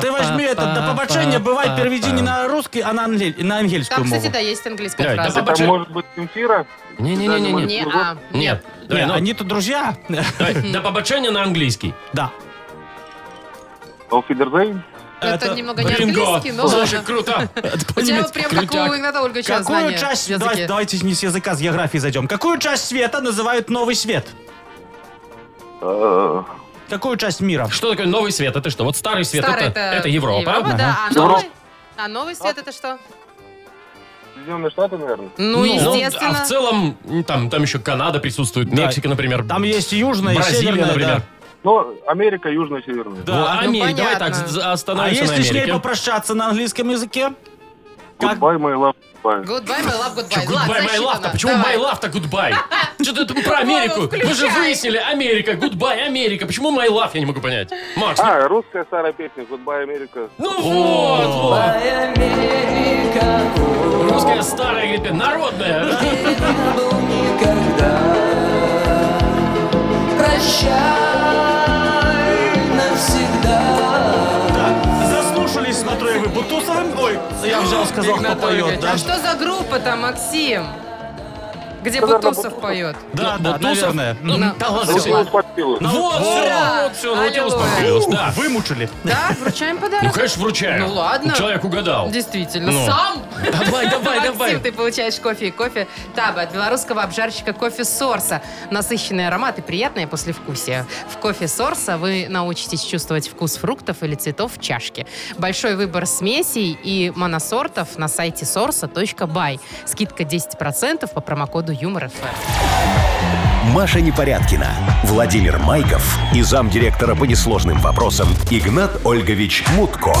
Speaker 3: Ты возьми этот да побачення, бывай, переведи не на русский, а на, ангель, на ангельскую
Speaker 4: Там, кстати,
Speaker 3: мову.
Speaker 4: да, есть
Speaker 2: Ой,
Speaker 4: английская
Speaker 2: да
Speaker 4: фраза.
Speaker 2: баба-
Speaker 5: Это может быть Земфира?
Speaker 2: Не-не-не-не.
Speaker 4: Не, а,
Speaker 2: Нет.
Speaker 4: нет.
Speaker 2: Давай,
Speaker 3: Не,
Speaker 2: ну,
Speaker 3: Они-то друзья.
Speaker 2: давай, До побачения на английский.
Speaker 3: Да.
Speaker 4: а?
Speaker 5: Офидерзейн?
Speaker 4: Это немного не
Speaker 2: Бинго.
Speaker 4: английский, но
Speaker 2: Слушай,
Speaker 4: ладно.
Speaker 2: круто.
Speaker 4: У тебя
Speaker 3: Понимаете,
Speaker 4: вот прям
Speaker 2: крутяк.
Speaker 4: такого иногда Ольга сейчас
Speaker 3: Какую
Speaker 4: знания
Speaker 3: часть,
Speaker 4: в языке.
Speaker 3: давайте, давайте не с языка, с географии зайдем. Какую часть света называют новый свет?
Speaker 5: Э,
Speaker 3: Какую часть мира?
Speaker 2: Что такое новый свет? Это что? Вот старый свет,
Speaker 4: Старый
Speaker 2: это, это Европа.
Speaker 4: да. А
Speaker 5: Европа.
Speaker 4: новый, а новый свет это что?
Speaker 5: Соединенные Штаты, наверное.
Speaker 4: Ну,
Speaker 2: а
Speaker 4: естественно.
Speaker 2: в целом, м, там, там еще Канада присутствует,
Speaker 3: Да.
Speaker 2: Мексика, например.
Speaker 3: Там есть и южная, и
Speaker 2: Бразилия,
Speaker 3: северная,
Speaker 2: например.
Speaker 5: Ну, Америка, Южная, Северная.
Speaker 3: Да.
Speaker 2: Вот,
Speaker 3: ну,
Speaker 2: Америка. Давай так,
Speaker 4: понятно.
Speaker 2: з-
Speaker 3: да. А
Speaker 2: остановимся на
Speaker 3: если с ней
Speaker 2: Америке.
Speaker 3: попрощаться на английском языке? Как?
Speaker 5: Goodbye, my love, goodbye.
Speaker 4: Goodbye, my love,
Speaker 2: Чё,
Speaker 4: goodbye. Ладно,
Speaker 2: Goodbye, my
Speaker 4: засчитано.
Speaker 2: love. -то? Почему
Speaker 4: Давай.
Speaker 2: my love-то goodbye? Что ты про Америку? Вы же
Speaker 4: включай.
Speaker 2: выяснили, Америка, goodbye, Америка. Почему my love, я не могу понять. Макс, ну-
Speaker 5: А, русская старая песня Goodbye, Америка.
Speaker 2: ну вот, вот. Русская старая, говорит, пе- народная. да?
Speaker 3: Заслушались, смотрю, и вы Бутусовым. Ой, я взял, сказал, кто
Speaker 4: Игнат
Speaker 3: поет,
Speaker 4: Ольгович,
Speaker 3: да?
Speaker 4: А что за группа-то, Максим? Где
Speaker 5: Наверное,
Speaker 4: Бутусов
Speaker 5: Бутусов.
Speaker 4: поет?
Speaker 3: Да, да,
Speaker 2: Бутусов.
Speaker 3: наверное.
Speaker 2: Ну,
Speaker 4: Ну,
Speaker 2: да ладно,
Speaker 4: ну,
Speaker 2: всё.
Speaker 4: ну,
Speaker 5: Русскую подпилу.
Speaker 2: Вот, все,
Speaker 4: Ура!
Speaker 2: вот, все, ну тебя
Speaker 4: Алло.
Speaker 2: успокоилось, да.
Speaker 3: Вымучили.
Speaker 4: Да, вручаем
Speaker 2: Ну,
Speaker 4: подарок.
Speaker 2: конечно, вручаю.
Speaker 4: Ну, ладно.
Speaker 2: Человек угадал.
Speaker 4: Действительно,
Speaker 2: Ну.
Speaker 4: сам.
Speaker 2: Давай, давай,
Speaker 4: Максим,
Speaker 2: давай.
Speaker 4: ты получаешь кофе и кофе Таба от белорусского обжарщика кофе Сорса. Насыщенный аромат и приятное послевкусие. В кофе Сорса вы научитесь чувствовать вкус фруктов или цветов в чашке. Большой выбор смесей и моносортов на сайте sorsa.by. Скидка 10% по промокоду юмор Эм. ФМ.
Speaker 1: Маша Непорядкина, Владимир Майков и замдиректора по несложным вопросам Игнат Ольгович Мутко.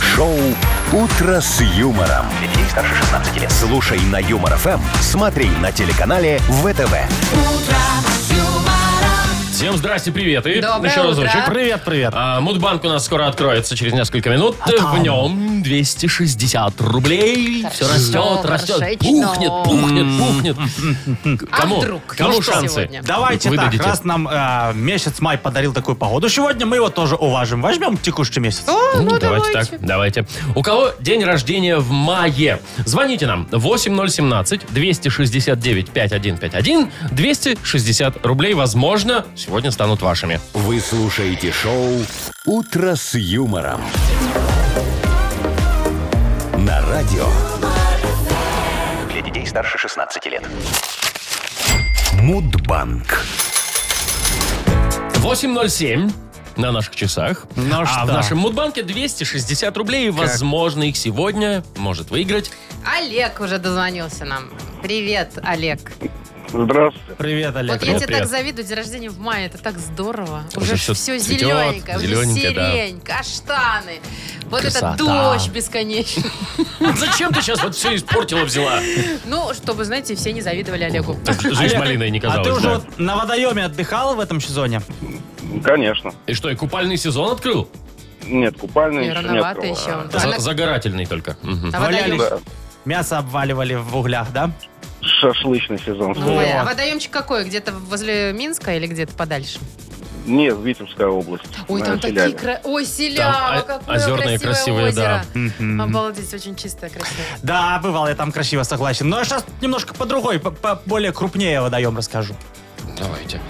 Speaker 1: Шоу Утро с юмором.
Speaker 6: Для детей старше 16 лет.
Speaker 1: Слушай на Юмор ФМ, смотри на телеканале ВТВ.
Speaker 2: Всем здрасте, привет. И
Speaker 4: Доброе
Speaker 2: еще
Speaker 4: утро.
Speaker 2: разочек.
Speaker 3: Привет, привет.
Speaker 2: А, Мудбанк у нас скоро откроется через несколько минут.
Speaker 4: А
Speaker 2: В нем 260 рублей. Все растет, растет.
Speaker 4: хорошечно.
Speaker 2: Пухнет, пухнет, пухнет.
Speaker 4: А
Speaker 2: Кому?
Speaker 4: вдруг?
Speaker 2: Кому
Speaker 4: Ну что
Speaker 2: шансы?
Speaker 4: сегодня?
Speaker 3: Давайте
Speaker 2: Вы
Speaker 3: так,
Speaker 2: дадите.
Speaker 3: раз нам э, месяц май подарил такую погоду, сегодня мы его тоже уважим. Возьмем текущий месяц.
Speaker 4: О,
Speaker 2: Ну, давайте, так, давайте. У кого день рождения в мае? Звоните нам 8017-269-5151. 260 рублей, возможно, сегодня станут вашими.
Speaker 1: Вы слушаете шоу Утро с юмором. На радио
Speaker 6: Для детей старше 16 лет.
Speaker 1: Мудбанк.
Speaker 2: 8.07 на наших часах.
Speaker 3: Ну
Speaker 2: а
Speaker 3: что?
Speaker 2: в нашем Мудбанке 260 рублей. И, Возможно, их сегодня может выиграть.
Speaker 4: Олег уже дозвонился нам. Привет, Олег.
Speaker 2: Ну.
Speaker 5: Здравствуйте.
Speaker 3: Привет, Олег.
Speaker 4: Вот я тебе
Speaker 2: привет.
Speaker 4: так завидую, день рождения в мае, это так здорово.
Speaker 2: Уже
Speaker 4: Уже,
Speaker 2: всё
Speaker 4: все,
Speaker 2: цветёт,
Speaker 4: зелененькое, уже
Speaker 2: зелёненькое, да.
Speaker 4: сирень, каштаны. Вот
Speaker 2: Красота.
Speaker 4: этот дождь бесконечный.
Speaker 2: Зачем ты сейчас вот все испортила, взяла?
Speaker 4: Ну, чтобы, знаете, все не завидовали Олегу.
Speaker 2: Так жизнь
Speaker 3: Олег,
Speaker 2: малиной не
Speaker 3: А ты
Speaker 2: казалось.
Speaker 3: уже
Speaker 2: да.
Speaker 3: вот на водоеме отдыхал в этом сезоне?
Speaker 5: Конечно.
Speaker 2: И что, и купальный сезон открыл?
Speaker 5: Нет,
Speaker 2: ну,
Speaker 5: купальный
Speaker 4: Не,
Speaker 5: еще не
Speaker 4: рановато
Speaker 5: открывала.
Speaker 4: еще.
Speaker 2: За-
Speaker 4: А на-
Speaker 2: загорательный только. Мгм.
Speaker 4: на водоем.
Speaker 5: Да.
Speaker 3: Мясо обваливали в углях, да?
Speaker 5: шашлычный сезон.
Speaker 4: Ой, а водоемчик какой? Где-то возле Минска или где-то подальше?
Speaker 5: Не, Витебская область.
Speaker 4: Ой,
Speaker 5: на
Speaker 4: там
Speaker 5: Филиале.
Speaker 4: такие... кра- Ой, селява,
Speaker 2: о-
Speaker 4: какое
Speaker 2: озерные
Speaker 4: красивое
Speaker 2: красивые, а- да.
Speaker 4: озеро. Обалдеть, очень чистое, красивое.
Speaker 3: Да, бывал я там красиво, согласен. Но я сейчас немножко по другой, по, по более крупнее водоем расскажу.
Speaker 2: Давайте.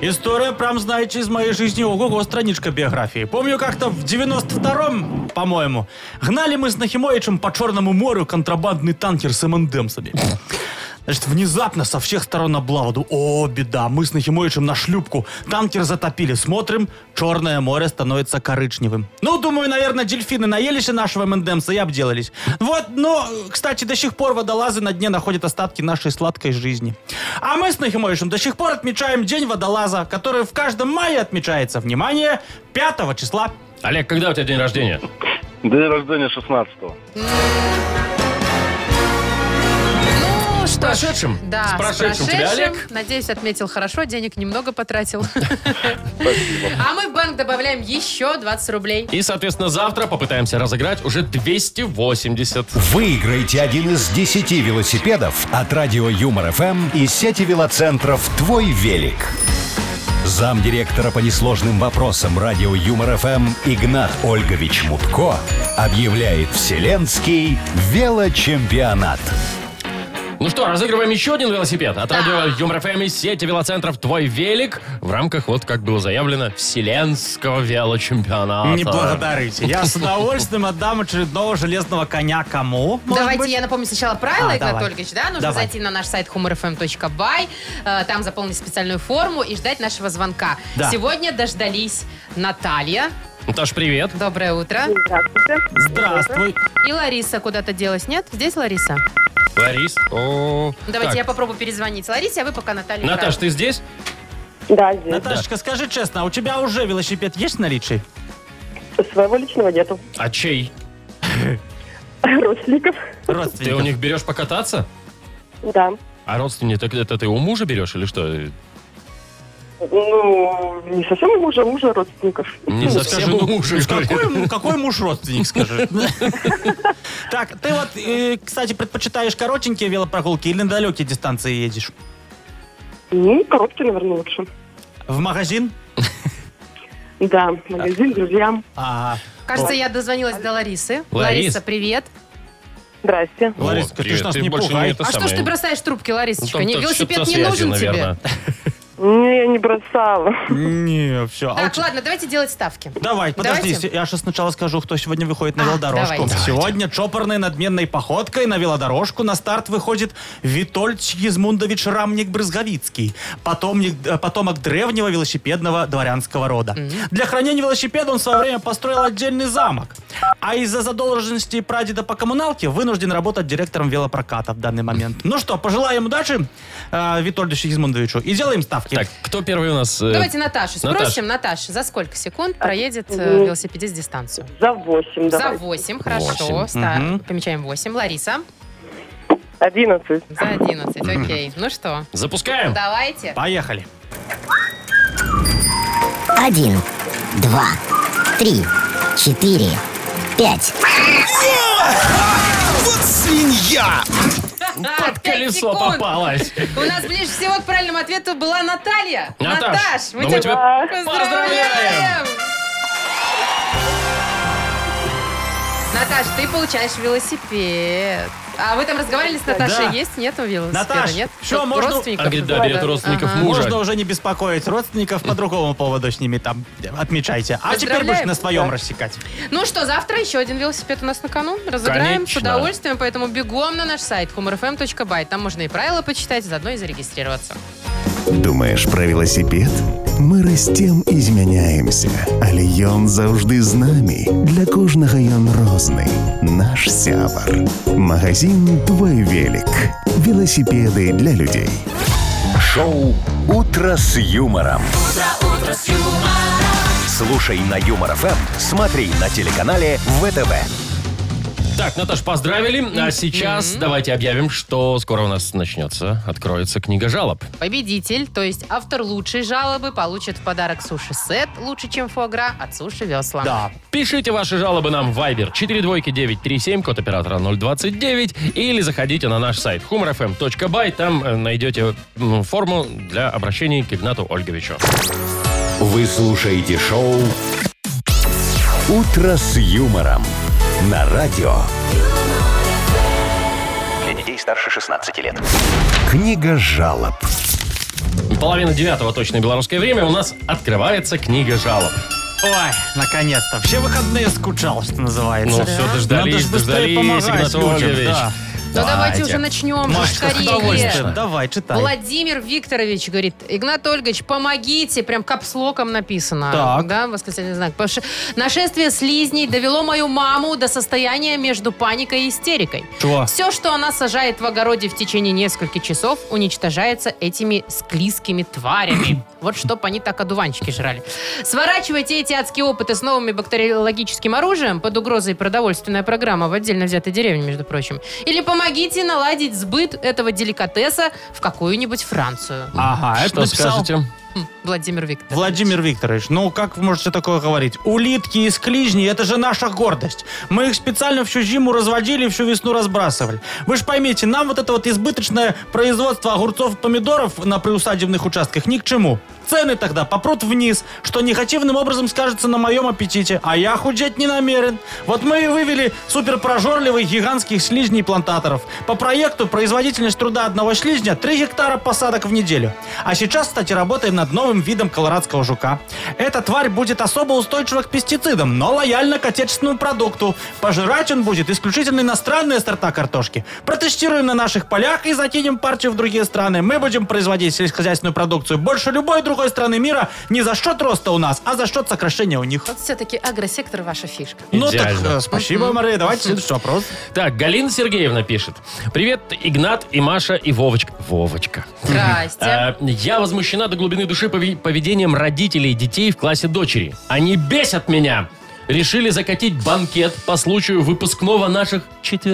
Speaker 3: История прям, знаете, из моей жизни. Ого-го, страничка биографии. Помню, как-то в 92-м, по-моему, гнали мы с Нахимовичем по Черному морю контрабандный танкер с МНДМсами. Значит, внезапно со всех сторон облаводу. О, беда, мы с Нахимовичем на шлюпку. Танкер затопили. Смотрим, Черное море становится коричневым. Ну, думаю, наверное, дельфины наелись и нашего МНДМса и обделались. Вот, но, кстати, до сих пор водолазы на дне находят остатки нашей сладкой жизни. А мы с Нахимовичем до сих пор отмечаем День водолаза, который в каждом мае отмечается, внимание, 5 числа.
Speaker 2: Олег, когда у тебя день рождения?
Speaker 5: День рождения 16-го.
Speaker 4: Ну, что ж.
Speaker 2: прошедшим.
Speaker 4: Да,
Speaker 2: С прошедшим. Тебя,
Speaker 4: прошедшим.
Speaker 2: Олег?
Speaker 4: Надеюсь, отметил хорошо, денег немного потратил. А мы в банк добавляем еще 20 рублей.
Speaker 2: И, соответственно, завтра попытаемся разыграть уже 280.
Speaker 1: Выиграйте один из 10 велосипедов от радио Юмор ФМ и сети велоцентров «Твой велик». Замдиректора по несложным вопросам радио Юмор ФМ Игнат Ольгович Мутко объявляет Вселенский велочемпионат.
Speaker 2: Ну что, разыгрываем еще один велосипед от радио Юмор ФМ и сети велоцентров «Твой велик» в рамках, вот как было заявлено, Вселенского велочемпионата.
Speaker 3: Не благодарите. Я с удовольствием отдам очередного железного коня кому? может
Speaker 4: Давайте
Speaker 3: быть?
Speaker 4: я напомню сначала правила,
Speaker 3: А,
Speaker 4: Игнат
Speaker 3: давай.
Speaker 4: Ольгович, да? Нужно
Speaker 3: Давай.
Speaker 4: зайти на наш сайт humorfm.by, э, там заполнить специальную форму и ждать нашего звонка.
Speaker 3: Да.
Speaker 4: Сегодня дождались Наталья,
Speaker 2: Наташ, привет.
Speaker 4: доброе утро,
Speaker 7: Здравствуйте.
Speaker 3: Здравствуй.
Speaker 4: и Лариса куда-то делась, нет? Здесь Лариса?
Speaker 2: Ларис. О,
Speaker 4: Давайте я
Speaker 2: так.
Speaker 4: попробую перезвонить Ларисе, а вы пока Наталью.
Speaker 2: Наташ, ты здесь?
Speaker 7: Да, здесь.
Speaker 3: Наташечка, скажи честно, а у тебя уже велосипед есть в наличии?
Speaker 7: Своего личного нету.
Speaker 2: А чей?
Speaker 7: Родственников.
Speaker 2: Ты у
Speaker 3: Родственников.
Speaker 2: них берешь покататься?
Speaker 7: Да.
Speaker 2: А родственник, так это ты у мужа берешь или что?
Speaker 7: Ну, не совсем у мужа, у мужа родственников.
Speaker 3: Ну,
Speaker 2: Не совсем у мужа.
Speaker 3: Какой, му- какой муж родственник, скажи? Так, ты вот, э, кстати, предпочитаешь коротенькие велопрогулки или на далекие дистанции едешь?
Speaker 7: Ну, коробки, наверное, лучше.
Speaker 3: В магазин?
Speaker 7: Да, магазин, друзьям.
Speaker 3: Ага.
Speaker 4: Кажется, я дозвонилась до Ларисы.
Speaker 2: Ларис.
Speaker 4: Лариса, привет.
Speaker 7: Здрасте.
Speaker 2: О,
Speaker 3: Лариска, ты ж
Speaker 2: привет,
Speaker 3: нас не
Speaker 2: больше
Speaker 3: пугай.
Speaker 2: это
Speaker 4: а что ж
Speaker 2: самое.
Speaker 4: ты бросаешь трубки,
Speaker 2: Ну,
Speaker 4: Ларисочка?
Speaker 2: там
Speaker 4: Не-
Speaker 2: так
Speaker 4: велосипед
Speaker 2: что-то
Speaker 4: не
Speaker 2: связи,
Speaker 4: нужен
Speaker 2: наверное.
Speaker 4: тебе.
Speaker 7: Не, Ну, я не бросала.
Speaker 3: Не, все.
Speaker 4: Так, ладно, давайте делать ставки.
Speaker 3: А Давай, подожди, э,
Speaker 4: Давайте.
Speaker 3: я сейчас сначала скажу, кто сегодня выходит на
Speaker 4: А,
Speaker 3: велодорожку.
Speaker 4: давайте.
Speaker 3: Сегодня чопорной надменной походкой на велодорожку на старт выходит Витольд Езмундович Рамник-Брызговицкий, потомник, э, потомок древнего велосипедного дворянского рода. Для хранения велосипеда он в свое время построил отдельный замок. А из-за задолженности прадеда по коммуналке вынужден работать директором велопроката в данный момент. Ну что, пожелаем удачи э, Витольду Езмундовичу и делаем ставки.
Speaker 2: Так, кто первый у нас? э,
Speaker 4: Давайте Наташу
Speaker 2: Наташ.
Speaker 4: спросим. Наташа, за сколько секунд проедет э,
Speaker 7: А, мгм.
Speaker 4: велосипедист дистанцию?
Speaker 7: За восемь,
Speaker 4: За
Speaker 7: давай.
Speaker 4: 8, хорошо.
Speaker 2: Восемь.
Speaker 4: Ста-
Speaker 3: Мгм.
Speaker 4: Помечаем 8. Лариса,
Speaker 7: Одиннадцать.
Speaker 4: за 11, окей. Ну что,
Speaker 2: Запускаем?
Speaker 4: давайте.
Speaker 3: Поехали.
Speaker 8: Один, два, три, четыре, пять.
Speaker 4: А,
Speaker 2: Под
Speaker 4: пять
Speaker 2: колесо
Speaker 4: секунд.
Speaker 2: попалась.
Speaker 4: У нас ближе всего к правильному ответу была Наталья.
Speaker 2: Наташ,
Speaker 4: Наташ, мы
Speaker 2: ну мы
Speaker 4: тебя
Speaker 2: тебя
Speaker 4: поздравляем! Наташ, ты получаешь велосипед. А вы там разговаривали с Наташей?
Speaker 3: Да.
Speaker 4: Есть? Нету велосипеда?
Speaker 3: Наташ,
Speaker 4: Нет?
Speaker 3: всё,
Speaker 4: Тут
Speaker 3: можно-
Speaker 4: Родственников?
Speaker 2: А, говорит, да, берет родственников
Speaker 4: Ага.
Speaker 2: мужа.
Speaker 3: Можно уже не беспокоить родственников по другому поводу с ними там э, отмечайте. А теперь будешь
Speaker 4: Поздравляем.
Speaker 3: на своем рассекать.
Speaker 4: Ну что, завтра еще один велосипед у нас на кону. Разыграем
Speaker 2: Конечно.
Speaker 4: с удовольствием, поэтому бегом на наш сайт humorfm.by. Там можно и правила почитать, заодно и зарегистрироваться.
Speaker 9: Думаешь про велосипед? Мы растем и змяняемся, але ён заўжды з намі. Для кожнага ён розны. Наш сябар. Магазин «Твой велик». Велосипеды для людей.
Speaker 1: Шоу «Утро с юмором». Слушай на Юмор ФМ, смотри на телеканале ВТВ.
Speaker 2: Так, Наташ, поздравили. А сейчас давайте объявим, что скоро у нас начнется, откроется книга жалоб.
Speaker 4: Победитель, то есть автор лучшей жалобы, получит в подарок суши-сет лучше, чем фуагра от суши-весла.
Speaker 3: Да.
Speaker 2: Пишите ваши жалобы нам в Viber 42937, код оператора 029, или заходите на наш сайт humorfm.by, там э, найдете м, форму для обращения к Игнату Ольговичу.
Speaker 1: Вы слушаете шоу «Утро с юмором» на радио.
Speaker 6: Для детей старше 16 лет.
Speaker 1: Книга жалоб.
Speaker 2: Половина девятого точное белорусское время у нас открывается книга жалоб.
Speaker 3: Ой, наконец-то. Все выходные скучал, что называется.
Speaker 2: Ну все,
Speaker 3: Надо
Speaker 2: дождались,
Speaker 3: ж
Speaker 2: дождались,
Speaker 3: быстрее помогать
Speaker 2: Игнат
Speaker 3: людям,
Speaker 2: Ольгович.
Speaker 3: да.
Speaker 4: Ну давайте уже начнем, же,
Speaker 3: Машечка, с
Speaker 4: скорее.
Speaker 3: удовольствием. Давай, читай.
Speaker 4: Владимир Викторович говорит, Игнат Ольгович, помогите, прям капслоком написано.
Speaker 3: Так.
Speaker 4: Да, восклицательный знак. Потому что нашествие слизней довело мою маму до состояния между паникой и истерикой.
Speaker 3: Чего?
Speaker 4: Все, что она сажает в огороде в течение нескольких часов, уничтожается этими склизкими тварями. Вот чтоб они так одуванчики жрали. Сворачивайте эти адские опыты с новым бактериологическим оружием под угрозой продовольственная программа в отдельно взятой деревне, между прочим. Или помогите наладить сбыт этого деликатеса в какую-нибудь Францию.
Speaker 3: Ага, это
Speaker 2: Что
Speaker 3: написал
Speaker 2: А скажете?
Speaker 4: Хм, Владимир Викторович.
Speaker 3: Владимир Викторович, ну как вы можете такое говорить? Улитки и склижни – это же наша гордость. Мы их специально всю зиму разводили и всю весну разбрасывали. Вы же поймите, нам вот это вот избыточное производство огурцов и помидоров на приусадебных участках ни к чему. Цены тогда попрут вниз, что негативным образом скажется на моем аппетите, а я худеть не намерен. Вот мы и вывели суперпрожорливых гигантских слизней плантаторов. По проекту производительность труда одного слизня 3 гектара посадок в неделю. А сейчас, кстати, работаем над новым видом колорадского жука. Эта тварь будет особо устойчива к пестицидам, но лояльна к отечественному продукту. Пожирать он будет исключительно иностранные сорта картошки. Протестируем на наших полях и закинем партию в другие страны. Мы будем производить сельскохозяйственную продукцию больше любой другой страны мира не за счет роста у нас, а за счет сокращения у них.
Speaker 4: Вот все-таки агросектор ваша фишка.
Speaker 3: Ну так,
Speaker 2: Идеально.
Speaker 3: э, спасибо, Мария. Давайте следующий вопрос.
Speaker 2: Так, Галина Сергеевна пишет. Привет, Игнат и Маша и Вовочка. Вовочка.
Speaker 3: А,
Speaker 4: Здрасте.
Speaker 2: Э, Я возмущена до глубины души пови- поведением родителей детей в классе дочери. Они бесят меня. Решили закатить банкет по случаю выпускного наших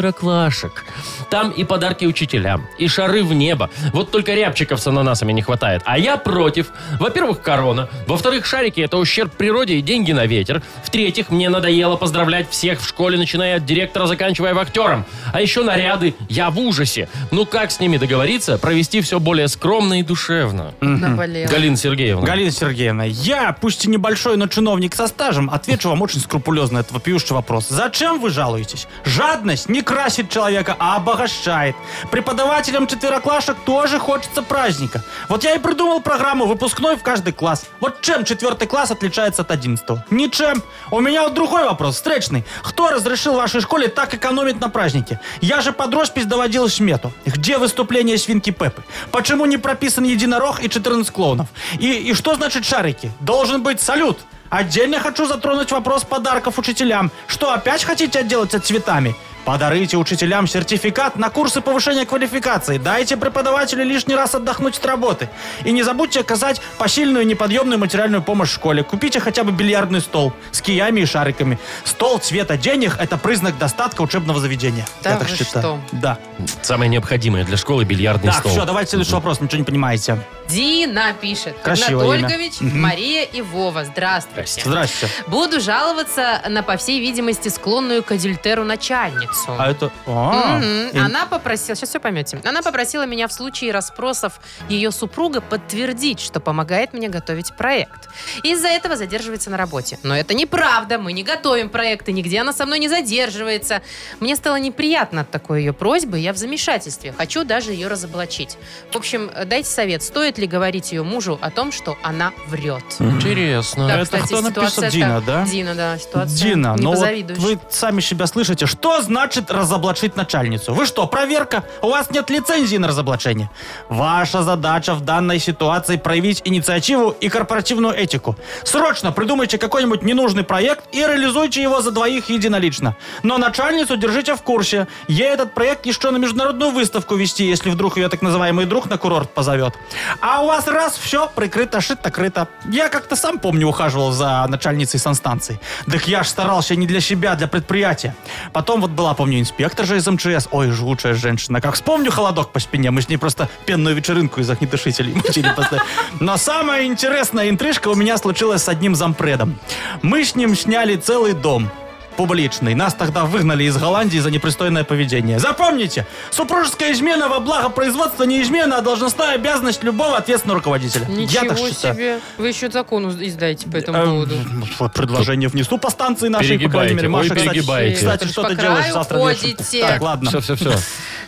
Speaker 2: четвероклашек. Там и подарки учителям, и шары в небо. Вот только рябчиков с ананасами не хватает. А я против. Во-первых, корона. Во-вторых, шарики – это ущерб природе и деньги на ветер. В-третьих, мне надоело поздравлять всех в школе, начиная от директора, заканчивая актером. А еще наряды. Я в ужасе. Ну как с ними договориться, провести все более скромно и душевно?
Speaker 4: Наболело.
Speaker 2: Галина Сергеевна.
Speaker 3: Галина Сергеевна, я, пусть и небольшой, но чиновник со стажем, отвечу вам очень скрупулезно на этот вопиющий вопрос. Зачем вы жалуетесь? Жадность не красит человека, а обогащает. Преподавателям четвероклашек тоже хочется праздника. Вот я и придумал программу выпускной в каждый класс. Вот чем четвертый класс отличается от одиннадцатого? Ничем. У меня вот другой вопрос, встречный. Кто разрешил вашей школе так экономить на празднике? Я же под роспись доводил смету. Где выступление свинки Пеппы? Почему не прописан единорог и 14 клоунов? И, и что значит шарики? Должен быть салют. Отдельно хочу затронуть вопрос подарков учителям. Что опять хотите отделаться цветами? Подарите учителям сертификат на курсы повышения квалификации. Дайте преподавателю лишний раз отдохнуть от работы. И не забудьте оказать посильную неподъемную материальную помощь в школе. Купите хотя бы бильярдный стол с киями и шариками. Стол цвета денег – это признак достатка учебного заведения.
Speaker 4: Да
Speaker 3: Я так
Speaker 4: вы
Speaker 3: считаю.
Speaker 4: что?
Speaker 3: Да.
Speaker 2: Самое необходимое для школы бильярдный
Speaker 3: Так,
Speaker 2: стол.
Speaker 3: все, давайте следующий вопрос. Ничего не понимаете.
Speaker 4: Дина пишет.
Speaker 3: Красивое
Speaker 4: Игнат
Speaker 3: имя.
Speaker 4: Ольгович,
Speaker 3: Мгм.
Speaker 4: Мария и Вова. Здравствуйте.
Speaker 3: Здрасте.
Speaker 4: Буду жаловаться на, по всей видимости, склонную к адюльтеру начальницу.
Speaker 3: А это... а,
Speaker 4: Мгм.
Speaker 3: ин-
Speaker 4: Она попросила, сейчас все поймете. Она попросила меня в случае расспросов ее супруга подтвердить, что помогает мне готовить проект. Из-за этого задерживается на работе. Но это неправда, мы не готовим проекты, нигде она со мной не задерживается. Мне стало неприятно от такой ее просьбы, я в замешательстве. Хочу даже ее разоблачить. В общем, э, дайте совет, стоит ли говорить ее мужу о том, что она врет.
Speaker 2: Интересно.
Speaker 4: Да,
Speaker 3: Ну, это
Speaker 4: кстати,
Speaker 3: кто написал?
Speaker 4: ситуация-то-
Speaker 3: Дина, да?
Speaker 4: Дина, да, ситуация.
Speaker 3: Дина,
Speaker 4: не
Speaker 3: ну вот
Speaker 4: позавидуешь.
Speaker 3: вы сами себя слышите. Что значит разоблачить начальницу? Вы что, проверка? У вас нет лицензии на разоблачение. Ваша задача в данной ситуации проявить инициативу и корпоративную этику. Срочно придумайте какой-нибудь ненужный проект и реализуйте его за двоих единолично. Но начальницу держите в курсе. Ей этот проект еще на международную выставку вести, если вдруг ее так называемый друг на курорт позовет. А у вас раз, все, прикрыто, шито-крыто. Я как-то сам помню ухаживал за начальницей санстанции. Так я ж старался не для себя, а для предприятия. Потом вот была была, помню, инспектор же из МЧС. Ой, жгучая женщина. Как вспомню холодок по спине. Мы с ней просто пенную вечеринку из огнетушителей мучили постоянно. Но самая интересная интрижка у меня случилась с одним зампредом. Мы с ним сняли целый дом публичный. Нас тогда выгнали из Голландии за непристойное поведение. Запомните, супружеская измена во благо производства не измена, а должностная обязанность любого ответственного руководителя. Я
Speaker 4: Ничего
Speaker 3: так считаю.
Speaker 4: себе. Вы еще закон уз- издайте по этому
Speaker 3: Эм,
Speaker 4: поводу.
Speaker 3: вот Предложение внесу по станции нашей, по
Speaker 2: Перегибаете.
Speaker 3: крайней мере.
Speaker 2: Ой,
Speaker 3: Маша, кстати,
Speaker 2: перегибаете.
Speaker 3: кстати,
Speaker 4: Вы
Speaker 3: что
Speaker 4: по
Speaker 3: ты
Speaker 4: краю
Speaker 3: делаешь завтра вечером?
Speaker 4: ходите.
Speaker 3: Так, ладно.
Speaker 2: Все, все, все.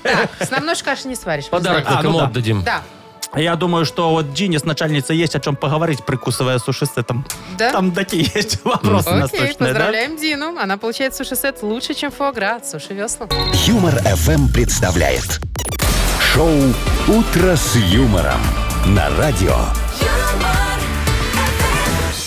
Speaker 4: Так, нам нож каши не сваришь.
Speaker 2: Подарок
Speaker 4: признаю.
Speaker 3: А, ну
Speaker 2: кому
Speaker 3: да.
Speaker 2: отдадим?
Speaker 4: Да.
Speaker 3: Я думаю, что вот Джинни с начальницей есть о чем поговорить, прикусывая суши сетом.
Speaker 4: Да?
Speaker 3: Там такие есть вопросы
Speaker 4: Окей,
Speaker 3: насущные, да?
Speaker 4: поздравляем Дину. Она получает суши-сет лучше, чем фуагра от суши-весла.
Speaker 1: Юмор FM представляет шоу Утро с юмором на радио.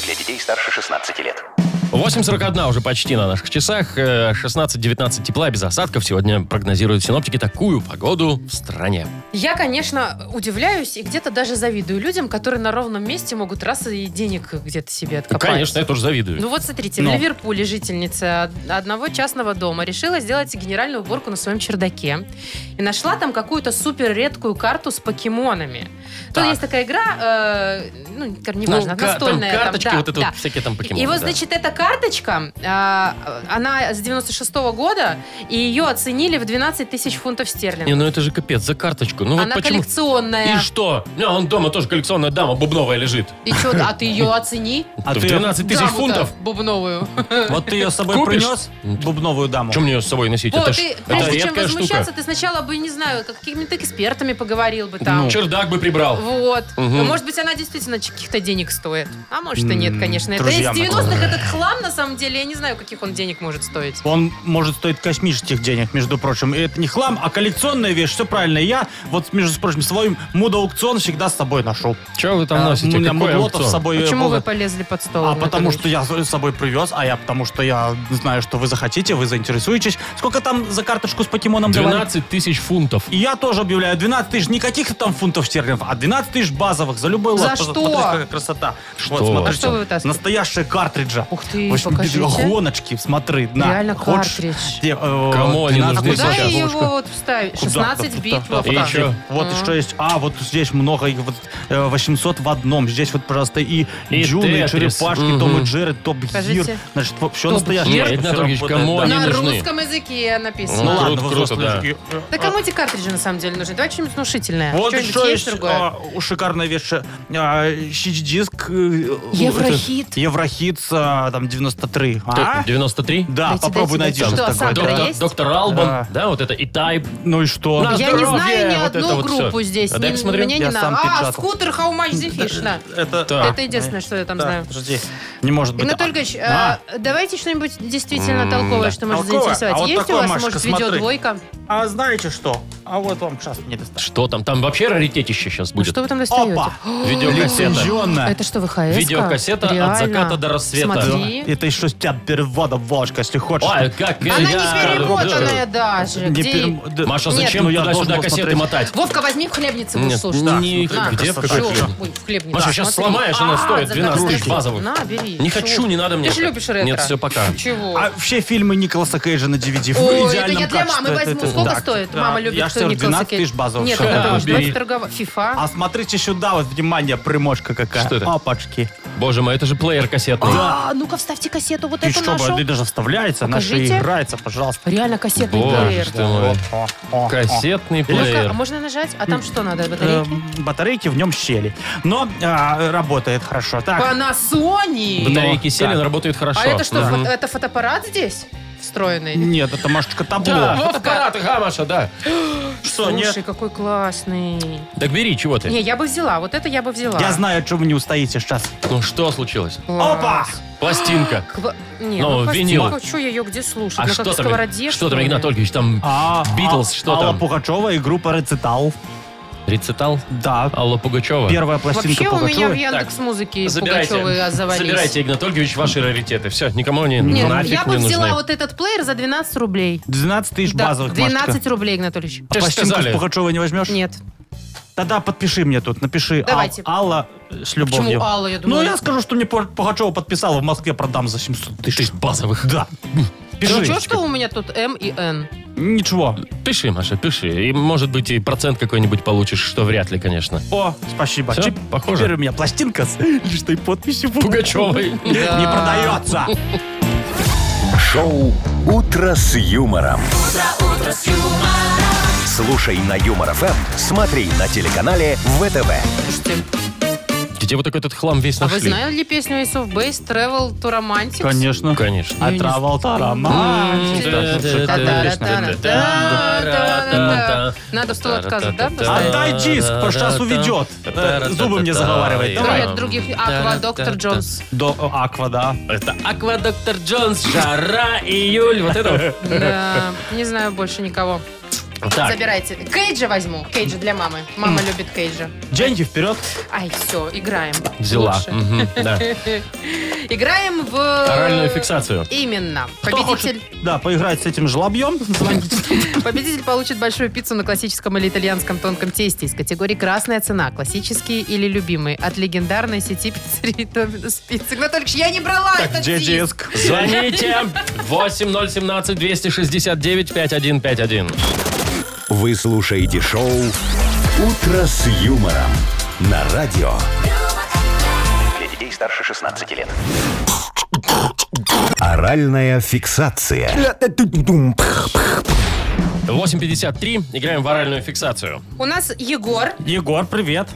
Speaker 6: Для детей старше 16 лет.
Speaker 2: 8.41 уже почти на наших часах. Э, 16-19 тепла без осадков. Сегодня прогнозируют синоптики такую погоду в стране.
Speaker 4: Я, конечно, удивляюсь и где-то даже завидую людям, которые на ровном месте могут раз и денег где-то себе
Speaker 2: Ну,
Speaker 4: откопать.
Speaker 2: Конечно, я тоже завидую.
Speaker 4: Ну вот смотрите,
Speaker 3: Ну.
Speaker 4: в Ливерпуле жительница од- одного частного дома решила сделать генеральную уборку на своем чердаке. И нашла там какую-то супер редкую карту с покемонами. Тут
Speaker 2: Так.
Speaker 4: есть такая игра, э, ну, кор-
Speaker 2: Ну,
Speaker 4: неважно,
Speaker 2: ка- там
Speaker 4: настольная. там,
Speaker 2: карточки,
Speaker 4: да,
Speaker 2: вот это
Speaker 4: да.
Speaker 2: вот всякие там покемоны.
Speaker 4: И вот,
Speaker 2: да.
Speaker 4: значит, эта карточка, э, она с 96-го года, и ее оценили в 12 тысяч фунтов
Speaker 2: Не,
Speaker 4: стерлингов.
Speaker 2: ну это же капец за карточку. Ну вот
Speaker 4: она
Speaker 2: почему?
Speaker 4: коллекционная.
Speaker 2: И что? Ну, он дома тоже коллекционная дама бубновая лежит.
Speaker 4: И чё, а ты ее оцени?
Speaker 3: А
Speaker 2: В
Speaker 3: ты-
Speaker 2: 12 тысяч
Speaker 4: Даму-то
Speaker 2: фунтов.
Speaker 4: Бубновую.
Speaker 3: Вот ты ее с собой
Speaker 2: Купишь?
Speaker 3: принес, бубновую даму.
Speaker 2: Чем мне ее с собой носить?
Speaker 4: Вот,
Speaker 2: это ж-
Speaker 4: ты,
Speaker 2: это
Speaker 4: прежде чем
Speaker 2: редкая
Speaker 4: возмущаться,
Speaker 2: штука.
Speaker 4: ты сначала бы, не знаю, как- какими-то экспертами поговорил
Speaker 2: Ну.
Speaker 4: бы
Speaker 3: Ну,
Speaker 4: там.
Speaker 2: Чердак бы прибрал.
Speaker 4: Вот.
Speaker 2: Мгм.
Speaker 4: Ну, может быть, она действительно ч- каких-то денег стоит. А может и нет,
Speaker 3: М,
Speaker 4: конечно. Это из
Speaker 3: друзья мои.
Speaker 4: 90-х этот хлам, на самом деле, я не знаю, каких он денег может стоить.
Speaker 3: Он может стоить космических денег, между прочим. И это не хлам, а коллекционная вещь. Все правильно. Я вот, между прочим, свой мудоаукцион всегда с собой ношу.
Speaker 2: Чего вы там
Speaker 3: А,
Speaker 2: носите?
Speaker 3: У меня
Speaker 2: Какой
Speaker 3: мудлотов
Speaker 2: аукцион?
Speaker 3: с собой... э,
Speaker 4: Почему
Speaker 3: было.
Speaker 4: вы полезли под стол?
Speaker 3: А
Speaker 4: Анатолий
Speaker 3: потому что
Speaker 4: Ильич?
Speaker 3: я с собой привез, а я потому что я знаю, что вы захотите, вы заинтересуетесь. Сколько там за карточку с покемоном давали?
Speaker 2: 12 тысяч фунтов.
Speaker 3: И я тоже объявляю 12 тысяч, не каких-то там фунтов стерлингов, а 12 тысяч базовых за любой
Speaker 4: За
Speaker 3: лот.
Speaker 4: что?
Speaker 3: Смотрите, какая красота.
Speaker 2: Что?
Speaker 3: Вот, смотрите,
Speaker 4: А что вы вытаскиваете?
Speaker 3: Настоящие картриджа.
Speaker 4: Ух ты,
Speaker 3: Восьми-
Speaker 4: покажите.
Speaker 3: А Гоночки, смотри, на.
Speaker 4: Реально
Speaker 3: Хочешь?
Speaker 4: картридж.
Speaker 3: Те, э,
Speaker 2: Кому они
Speaker 3: 12
Speaker 2: нужны
Speaker 3: тысяч.
Speaker 4: А Куда
Speaker 2: Сейчас,
Speaker 4: я его
Speaker 3: Вовочка.
Speaker 4: вот вставить?
Speaker 3: Куда?
Speaker 4: 16 бит,
Speaker 3: Да, да,
Speaker 4: Вовка.
Speaker 3: да,
Speaker 2: И чё?
Speaker 3: Вот
Speaker 4: Мгм.
Speaker 3: что есть. А, вот здесь много, и вот э, 800 в одном. Здесь вот, пожалуйста, и,
Speaker 2: И
Speaker 3: Джуны, и
Speaker 2: Тетрис.
Speaker 3: Черепашки,
Speaker 2: Мгм.
Speaker 3: Том и Джерри, Топ Гир.
Speaker 4: Скажите,
Speaker 3: Значит, все
Speaker 4: Топ
Speaker 3: настоящее.
Speaker 2: Гир?
Speaker 3: Всё
Speaker 2: Игнат
Speaker 3: работает,
Speaker 2: Ольгович, кому
Speaker 3: да.
Speaker 2: они
Speaker 4: На
Speaker 2: нужны.
Speaker 4: русском языке
Speaker 2: Ну,
Speaker 3: Ну
Speaker 4: написано.
Speaker 2: круто,
Speaker 3: ладно, взрослые
Speaker 2: круто,
Speaker 3: люди. Э,
Speaker 4: Да кому эти картриджи на самом деле нужны? Давай что-нибудь внушительное.
Speaker 3: Вот
Speaker 4: Что-нибудь
Speaker 3: еще
Speaker 4: есть
Speaker 3: есть
Speaker 4: другое?
Speaker 3: а, у- шикарная вещь. а, CD-диск. э,
Speaker 4: Еврохит.
Speaker 3: это, Еврохит, а, там, 93. А?
Speaker 2: 93?
Speaker 3: Да,
Speaker 4: Дайте,
Speaker 3: попробуй
Speaker 4: дайте,
Speaker 3: найти.
Speaker 4: дайте.
Speaker 3: что-то
Speaker 4: Что,
Speaker 3: такое.
Speaker 4: Сандра
Speaker 2: Доктор,
Speaker 4: А, есть?
Speaker 2: доктор Албан,
Speaker 3: Да.
Speaker 2: да, вот это, и Тайп.
Speaker 3: Ну и что?
Speaker 2: На
Speaker 4: Я не
Speaker 2: здоровье,
Speaker 4: знаю ни
Speaker 2: вот это
Speaker 4: одну
Speaker 2: вот всё.
Speaker 4: группу здесь.
Speaker 2: А дай
Speaker 4: Ни-
Speaker 2: посмотрю.
Speaker 4: Мне не
Speaker 3: Я
Speaker 4: надо.
Speaker 3: сам
Speaker 4: А,
Speaker 3: печатал.
Speaker 4: скутер How much the fish, на.
Speaker 3: Это...
Speaker 2: Так.
Speaker 4: Это единственное, что я там
Speaker 3: Да,
Speaker 4: знаю.
Speaker 3: Подожди. Не может быть.
Speaker 4: Игнат
Speaker 3: А,
Speaker 4: Ольгович, э,
Speaker 3: а.
Speaker 4: давайте что-нибудь действительно толковое, что может
Speaker 3: Толковое?
Speaker 4: заинтересовать.
Speaker 3: А вот
Speaker 4: Есть у
Speaker 3: такое,
Speaker 4: вас,
Speaker 3: Машечка,
Speaker 4: может, Ну, видео
Speaker 3: смотри.
Speaker 4: двойка?
Speaker 3: А знаете что? А вот вам сейчас мне достать.
Speaker 2: Что там? Там вообще раритетище сейчас
Speaker 4: Ну
Speaker 2: будет.
Speaker 4: что вы там достаете?
Speaker 3: Опа!
Speaker 2: Видеокассета.
Speaker 3: Лицензионная.
Speaker 4: Это что, ВХС?
Speaker 2: Видеокассета от заката до рассвета.
Speaker 4: Смотри.
Speaker 3: Это еще с тебя перевода, Волочка, если хочешь.
Speaker 2: Ой, как я-
Speaker 4: Она
Speaker 2: я-
Speaker 4: не перемотанная даже.
Speaker 3: Не
Speaker 4: Где-
Speaker 3: перем- да.
Speaker 2: Маша,
Speaker 4: Нет.
Speaker 2: зачем
Speaker 3: Ну, я
Speaker 2: туда-сюда
Speaker 3: должен
Speaker 2: кассеты
Speaker 3: посмотреть.
Speaker 2: мотать?
Speaker 4: Вовка, возьми в хлебнице,
Speaker 2: Нет,
Speaker 4: пусть слушай.
Speaker 2: не-
Speaker 4: На,
Speaker 2: где, в
Speaker 4: всё,
Speaker 2: какой хлеб?
Speaker 4: Ой, в хлебнице.
Speaker 2: Маша, сейчас
Speaker 4: смотри.
Speaker 2: сломаешь, она
Speaker 4: А,
Speaker 2: стоит
Speaker 4: за
Speaker 2: 12 тысяч
Speaker 4: красный.
Speaker 2: базовых.
Speaker 4: На, бери.
Speaker 2: Не хочу, не надо мне.
Speaker 4: Ты же любишь ретро.
Speaker 2: Нет, все, пока.
Speaker 4: Чего?
Speaker 3: А все фильмы Николаса Кейджа на DVD в
Speaker 4: Ой, это
Speaker 3: идеальном
Speaker 4: я для мамы
Speaker 3: качестве. Это-
Speaker 4: возьму.
Speaker 3: это-
Speaker 4: Сколько
Speaker 3: так,
Speaker 4: стоит?
Speaker 3: да.
Speaker 4: Мама любит
Speaker 3: Я
Speaker 4: что
Speaker 3: все
Speaker 4: Николаса
Speaker 3: 12
Speaker 4: Кейдж.
Speaker 3: тысяч базовых.
Speaker 4: Нет,
Speaker 3: всё.
Speaker 2: Анатолий
Speaker 4: Анатолий Ильич,
Speaker 2: бери.
Speaker 4: давайте торговать. Фифа.
Speaker 3: А смотрите сюда, вот, внимание, примочка какая.
Speaker 2: Что это?
Speaker 3: Папочки.
Speaker 2: Боже мой, это же плеер кассетный.
Speaker 4: А, ну-ка, вставьте кассету вот
Speaker 3: И
Speaker 4: эту
Speaker 3: что, бы,
Speaker 4: нашу.
Speaker 3: ты даже вставляется, наша
Speaker 4: Покажите.
Speaker 3: играется, пожалуйста.
Speaker 4: Реально кассетный
Speaker 2: Боже
Speaker 4: плеер.
Speaker 2: ж ты мой.
Speaker 3: О, о, о.
Speaker 2: Кассетный
Speaker 4: Ну-ка, а
Speaker 2: плеер.
Speaker 4: можно нажать? А там что надо?
Speaker 3: Э,
Speaker 4: Батарейки?
Speaker 3: Батарейки в нем щели. Но а, работает хорошо. Так,
Speaker 4: Panasonic!
Speaker 2: Батарейки сели,
Speaker 3: так.
Speaker 2: но работает хорошо.
Speaker 4: А это что,
Speaker 2: Мгм.
Speaker 4: фо- это фотоаппарат здесь встроенный?
Speaker 3: нет, это, Машечка,
Speaker 2: Да,
Speaker 3: табло.
Speaker 2: вот аппарат, ага, Маша, да.
Speaker 3: Что,
Speaker 4: Слушай,
Speaker 3: нет? Э.
Speaker 4: какой классный.
Speaker 2: Так бери, чего ты?
Speaker 4: Не, я бы взяла. Вот это я бы взяла.
Speaker 3: Я знаю, о чем вы не устоите сейчас.
Speaker 2: Ну что случилось?
Speaker 4: Класс.
Speaker 3: Опа!
Speaker 2: Пластинка.
Speaker 4: Ква- Не,
Speaker 2: Ну,
Speaker 4: ну,
Speaker 2: винил.
Speaker 4: Что я ее где слушать? Ну,
Speaker 2: А
Speaker 4: На
Speaker 2: что
Speaker 4: какой
Speaker 2: там?
Speaker 4: сковороде,
Speaker 2: Что там,
Speaker 4: ли?
Speaker 2: Игнат Ольгович, там
Speaker 3: А,
Speaker 2: Битлз,
Speaker 3: а,
Speaker 2: что
Speaker 3: Алла
Speaker 2: там?
Speaker 3: Пугачева и группа Рецитал.
Speaker 2: рецитал
Speaker 3: Да.
Speaker 2: Алла Пугачева.
Speaker 3: Первая пластинка
Speaker 4: Вообще у меня в
Speaker 3: Пугачевой.
Speaker 4: Яндекс музыке
Speaker 2: Забирайте,
Speaker 4: Пугачевой завалились.
Speaker 2: забирайте, Игнат Ольгович, ваши раритеты. Все, никому они
Speaker 4: Не,
Speaker 2: нафиг
Speaker 4: я бы
Speaker 2: не
Speaker 4: взяла
Speaker 2: нужны.
Speaker 4: вот этот плеер за 12 рублей.
Speaker 3: 12 тысяч
Speaker 4: Да,
Speaker 3: базовых,
Speaker 4: 12
Speaker 3: Машечка. А
Speaker 4: рублей, Игнат Ольгович.
Speaker 2: Тебе ж
Speaker 3: Пластинку
Speaker 2: сказали.
Speaker 3: с Пугачевой не возьмешь?
Speaker 4: Нет.
Speaker 3: Тогда подпиши мне тут, напиши Ал-
Speaker 4: Давайте.
Speaker 3: Алла э, с любовью.
Speaker 4: Почему Алла, я думала?
Speaker 3: Ну, я скажу, что мне Пу- Пугачева подписала, в Москве продам за 700 тысяч.
Speaker 2: Тысяч базовых.
Speaker 3: Да. Пиши.
Speaker 4: Ничего, что у меня тут М и Н.
Speaker 3: Ничего.
Speaker 2: Пиши, Маша, пиши. И, может быть, и процент какой-нибудь получишь, что вряд ли, конечно.
Speaker 3: О, спасибо.
Speaker 2: Всё,
Speaker 3: Чип-
Speaker 2: похоже.
Speaker 3: Теперь у меня пластинка с личной подписью.
Speaker 2: Пугачевой.
Speaker 3: Не продается.
Speaker 1: Шоу «Утро с юмором». Слушай на Юмор ФМ, смотри на телеканале ВТВ.
Speaker 4: Слушайте,
Speaker 2: Где вот такой этот хлам весь
Speaker 4: а вы
Speaker 2: нашли?
Speaker 4: знали песню Ace of Base Travel to Romantics? А,
Speaker 3: Конечно.
Speaker 2: Конечно.
Speaker 3: А Травалтарама.
Speaker 4: Та-да-да-да-да-да-да-да. Надо в стол отказа, да, поставить?
Speaker 3: Отдай диск, потому что сейчас уведет. Э, Зубы мне заговаривает.
Speaker 4: Давай.
Speaker 3: Давай.
Speaker 4: Нет других. Аква, доктор Джонс.
Speaker 3: До о, Аква, да.
Speaker 2: Это Аква Доктор Джонс, жара, июль, вот это.
Speaker 4: Да, не знаю больше никого.
Speaker 2: вот. Так,
Speaker 4: Забирайте. Кейджа возьму. Кейджа для мамы. Мама любит Кейджа.
Speaker 3: Деньги вперед.
Speaker 4: Ай, все, играем.
Speaker 2: взяла.
Speaker 4: Лучше.
Speaker 2: Мгм, да.
Speaker 4: Играем в... э,
Speaker 2: Оральную фиксацию.
Speaker 4: Именно.
Speaker 3: Кто
Speaker 4: Победитель,
Speaker 3: хочет, да, поиграть с этим жлобьем, звоните.
Speaker 4: победитель получит большую пиццу на классическом или итальянском тонком тесте из категории «Красная цена», «Классические» или «Любимые» от легендарной сети пиццерий «Доминус Пицца». Анатольевич, я не брала этот
Speaker 3: Где
Speaker 4: диск.
Speaker 3: диск?
Speaker 2: Звоните 8017-269-5151.
Speaker 1: Вы слушаете шоу «Утро с юмором» на радио.
Speaker 6: Для детей старше 16 лет.
Speaker 1: Оральная фиксация.
Speaker 2: 8.53. Играем в оральную фиксацию.
Speaker 4: У нас Егор.
Speaker 3: Егор, привет.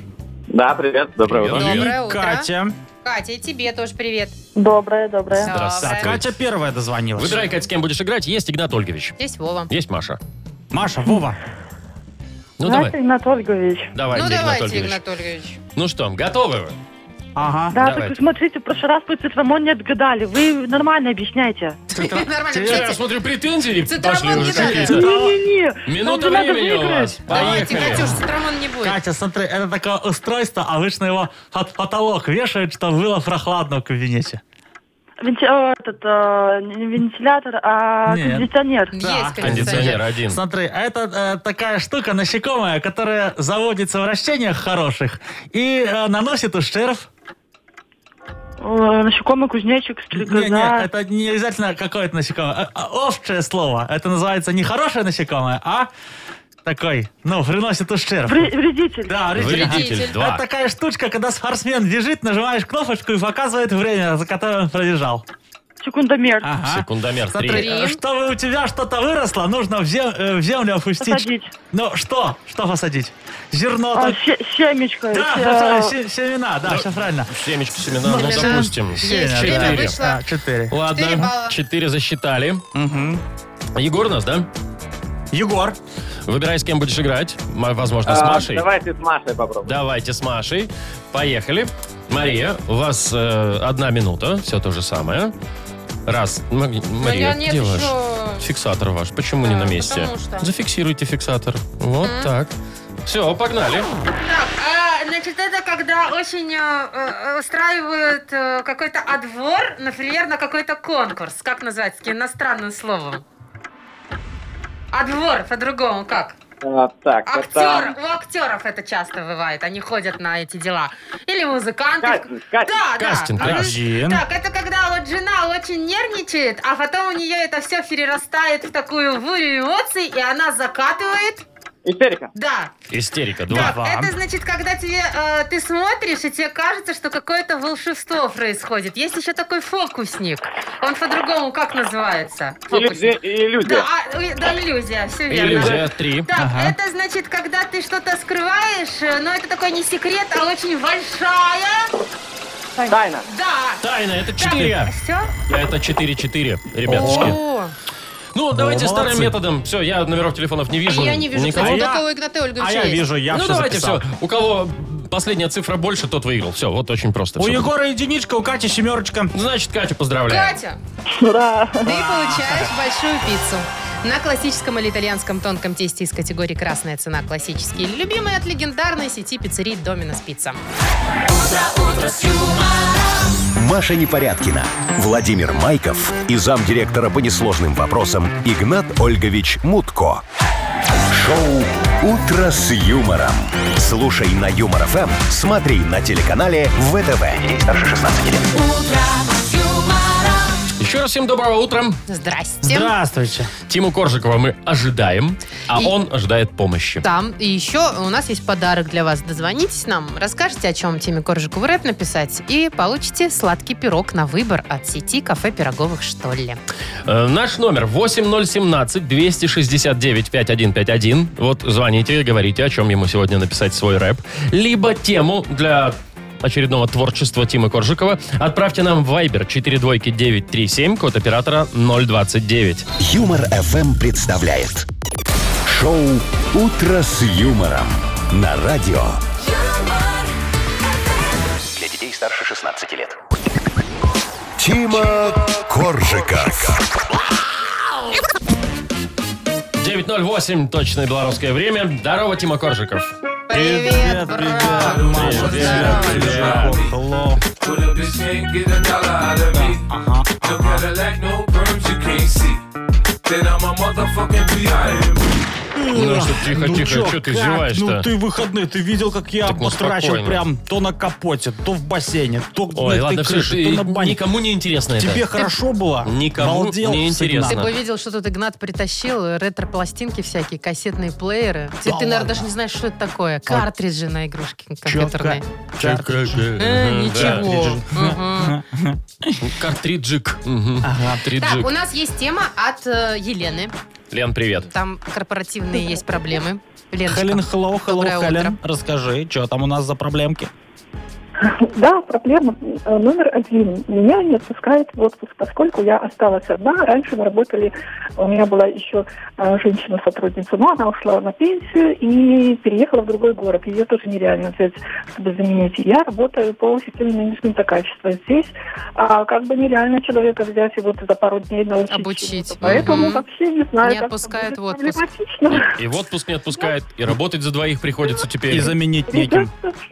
Speaker 5: Да, привет, доброе
Speaker 2: Привет.
Speaker 5: утро.
Speaker 4: Доброе
Speaker 3: И
Speaker 4: утро.
Speaker 3: Катя.
Speaker 4: Катя, и тебе тоже привет.
Speaker 7: Доброе, доброе.
Speaker 2: Здравствуй.
Speaker 4: Доброе.
Speaker 3: Катя первая дозвонилась.
Speaker 2: Выбирай, Кать, с кем будешь играть. Есть Игнат Ольгович.
Speaker 4: Здесь Вова.
Speaker 2: Есть Маша.
Speaker 3: Маша, Вова.
Speaker 2: Ну,
Speaker 7: Знаете,
Speaker 2: давай.
Speaker 7: Игнат Ольгович.
Speaker 2: Давай,
Speaker 4: ну
Speaker 2: Игнат
Speaker 4: давайте,
Speaker 2: Ольгович.
Speaker 4: Игнат Ольгович.
Speaker 2: Ну что, готовы вы?
Speaker 3: Ага.
Speaker 7: Да,
Speaker 2: Давайте.
Speaker 7: так вы смотрите, в прошлый раз вы цитрамон не отгадали. Вы нормально объясняйте.
Speaker 4: Нормально,
Speaker 2: Я
Speaker 4: А кстати,
Speaker 2: смотрю, претензии
Speaker 4: Цитрамон
Speaker 2: пошли
Speaker 4: не
Speaker 2: уже
Speaker 4: дали.
Speaker 2: какие-то.
Speaker 7: Не-не-не. нам
Speaker 2: Минута
Speaker 7: же надо
Speaker 2: времени у вас.
Speaker 7: выиграть.
Speaker 4: Давайте,
Speaker 2: Поехали.
Speaker 4: Катюш, Цитрамон не будет.
Speaker 3: Катя, смотри, это такое устройство, обычно его от потолок вешают, чтобы было прохладно в кабинете.
Speaker 7: Венти- э, этот, э, не вентилятор, а
Speaker 3: Нет.
Speaker 7: кондиционер.
Speaker 4: Есть
Speaker 2: Кондиционер
Speaker 4: кондиционер.
Speaker 2: один.
Speaker 3: Смотри, это э, такая штука насекомая, которая заводится в растениях хороших и э, наносит ущерб.
Speaker 7: Э, Насекомый кузнечик, стрекоза.
Speaker 3: Не, не, это не обязательно какое-то насекомое. а- а Общее слово. Это называется не хорошее насекомое, а такой, ну, приносит ущерб.
Speaker 7: Вре- Вредитель.
Speaker 3: Да, вредитель.
Speaker 2: Вредитель
Speaker 3: Это
Speaker 2: 2.
Speaker 3: такая штучка, когда спортсмен бежит, нажимаешь кнопочку и показывает время, за которое он пробежал.
Speaker 7: Секундомер.
Speaker 4: а,
Speaker 3: Ага.
Speaker 2: Секундомер
Speaker 3: Смотри,
Speaker 2: 3.
Speaker 4: Три.
Speaker 3: э, чтобы у тебя что-то выросло, нужно в, зем- э, в землю опустить.
Speaker 7: Посадить.
Speaker 3: Ну, что? Что посадить? Зерно.
Speaker 7: А,
Speaker 3: так-
Speaker 7: се- семечко. э,
Speaker 3: Да,
Speaker 7: се-
Speaker 3: правильно, се- семена, да,
Speaker 2: Ну,
Speaker 3: все правильно.
Speaker 2: Семечки, семена, ну,
Speaker 4: Семена.
Speaker 2: допустим.
Speaker 4: Есть,
Speaker 2: Четыре.
Speaker 4: время вышло.
Speaker 3: Да, четыре.
Speaker 4: Четыре
Speaker 2: Ладно,
Speaker 4: балла.
Speaker 2: 4 засчитали. Егор у нас, да?
Speaker 3: Егор.
Speaker 2: Выбирай, с кем будешь играть. М- Возможно, с
Speaker 5: А,
Speaker 2: Машей.
Speaker 5: Давайте с Машей попробуем.
Speaker 2: Давайте с Машей. Поехали. Мария, у вас э, одна минута. Все то же самое. Раз. М-
Speaker 4: У меня
Speaker 2: Мария,
Speaker 4: нет
Speaker 2: где ваш?
Speaker 4: еще...
Speaker 2: Фиксатор ваш. Почему не
Speaker 4: Да,
Speaker 2: на месте?
Speaker 4: потому что.
Speaker 2: Зафиксируйте фиксатор. Вот так. Все, погнали.
Speaker 4: А, значит, это когда очень э, э, устраивают э, какой-то отвор, например, на какой-то конкурс. Как назвать? Таким иностранным словом. Отвор, по-другому как?
Speaker 5: А, так,
Speaker 4: Актер, у актеров это часто бывает, они ходят на эти дела. Или музыканты.
Speaker 5: Кастинг, кастинг.
Speaker 4: Да,
Speaker 2: Кастинг,
Speaker 4: да.
Speaker 2: да.
Speaker 4: Мгм.
Speaker 3: Один.
Speaker 4: Так, это когда вот жена очень нервничает, а потом у нее это все перерастает в такую бурю эмоций, и она закатывает.
Speaker 5: Истерика.
Speaker 4: Да.
Speaker 2: Истерика,
Speaker 4: Так,
Speaker 2: два.
Speaker 4: это значит, когда тебе э, ты смотришь, и тебе кажется, что какое-то волшебство происходит. Есть еще такой фокусник. Он по-другому как называется?
Speaker 5: Иллюзия. иллюзия.
Speaker 4: Да, а, э, да, иллюзия, все верно.
Speaker 2: Иллюзия, три.
Speaker 4: Так,
Speaker 3: Ага.
Speaker 4: это значит, когда ты что-то скрываешь, э, но это такой не секрет, а очень большая.
Speaker 5: Тайна.
Speaker 4: Да.
Speaker 2: Тайна, это четыре.
Speaker 4: Все?
Speaker 2: Это 4-4, ребятушки. Ну, давайте старым
Speaker 3: молодцы.
Speaker 2: методом. Все, я номеров телефонов не вижу.
Speaker 4: я не вижу,
Speaker 2: Никого.
Speaker 4: кстати,
Speaker 3: А я-
Speaker 4: только у Игната Ольговича
Speaker 3: А я
Speaker 4: есть.
Speaker 3: вижу, я
Speaker 2: ну,
Speaker 3: все
Speaker 2: давайте
Speaker 3: записал.
Speaker 2: все. У кого последняя цифра больше, тот выиграл. Все, вот очень просто.
Speaker 3: У
Speaker 2: всё.
Speaker 3: Егора единичка, у Кати семерочка.
Speaker 2: Значит, Катю поздравляю.
Speaker 4: Катя,
Speaker 7: Ура.
Speaker 4: ты получаешь большую пиццу. На классическом или итальянском тонком тесте из категории «Красная цена» классические любимые от легендарной сети пиццерий «Доминос Пицца».
Speaker 1: Маша Непорядкина, Владимир Майков и замдиректора по несложным вопросам Игнат Ольгович Мутко. Шоу «Утро с юмором». Слушай на Юмор ФМ, смотри на телеканале ВТВ.
Speaker 6: Для детей старше 16 лет.
Speaker 2: Еще раз всем доброго утра.
Speaker 4: Здрасте.
Speaker 3: Здравствуйте.
Speaker 2: Тиму Коржикова мы ожидаем, а
Speaker 4: И-
Speaker 2: он ожидает помощи.
Speaker 4: Там. И еще у нас есть подарок для вас. Дозвонитесь нам, расскажите, о чем Тиме Коржику в рэп написать, и получите сладкий пирог на выбор от сети кафе пироговых «Что ли».
Speaker 2: Э, Наш номер 8017-269-5151. Вот звоните, говорите, о чем ему сегодня написать свой рэп. Либо тему для очередного творчества Тимы Коржикова отправьте нам в Viber 42937, код оператора 029.
Speaker 1: Юмор FM представляет шоу Утро с юмором на радио.
Speaker 6: Для детей старше 16 лет.
Speaker 1: Тима Коржика.
Speaker 2: 9.08, точное белорусское время. Здорово, Тима Коржиков.
Speaker 4: Привет, брат! Маша, здорово.
Speaker 2: Ну что, тихо, тихо,
Speaker 3: чё,
Speaker 2: что ты
Speaker 3: как?
Speaker 2: зеваешь-то?
Speaker 3: Ну ты выходные, ты видел, как я
Speaker 2: Так, ну,
Speaker 3: потрачил
Speaker 2: спокойно.
Speaker 3: прям то на капоте, то в бассейне, то на
Speaker 2: Ой,
Speaker 3: этой
Speaker 2: ладно, все,
Speaker 3: крыше, то на бане.
Speaker 2: никому не интересно
Speaker 3: Тебе
Speaker 2: это.
Speaker 3: хорошо было?
Speaker 2: Никому
Speaker 3: Балдел
Speaker 2: не
Speaker 3: всегда.
Speaker 2: интересно.
Speaker 4: Ты
Speaker 2: Ладно.
Speaker 4: бы видел, что тут Игнат притащил э, ретро-пластинки всякие, кассетные плееры. Ты, ты, наверное, даже не знаешь, что это такое. Картриджи на игрушки компьютерные. Э, Ничего. Мгм.
Speaker 2: Картриджик.
Speaker 3: А.
Speaker 4: Так, у
Speaker 2: Картриджик.
Speaker 4: нас есть тема от э, Елены.
Speaker 2: Лен, привет.
Speaker 4: Там корпоративные есть проблемы. Леночка.
Speaker 3: Хелен, hello,
Speaker 4: Доброе
Speaker 3: hello, Хелен.
Speaker 4: утро.
Speaker 3: Расскажи, что там у нас за проблемки?
Speaker 7: Да, проблема э, номер один. Меня не отпускают в отпуск, поскольку я осталась одна. Раньше мы работали, у меня была еще э, женщина-сотрудница, но она ушла на пенсию и переехала в другой город. Ее тоже нереально взять, чтобы заменить. Я работаю по системе менеджмента качества. Здесь а, как бы нереально человека взять и вот за пару дней научить.
Speaker 4: Обучить.
Speaker 7: чему-то. Поэтому
Speaker 4: Мгм.
Speaker 7: вообще не знаю,
Speaker 4: Не
Speaker 7: как это
Speaker 4: отпускают
Speaker 7: будет
Speaker 4: в отпуск.
Speaker 7: проблематично.
Speaker 2: И в отпуск не отпускает, и работать за двоих приходится
Speaker 3: И
Speaker 2: теперь.
Speaker 3: заменить неким.
Speaker 7: Придется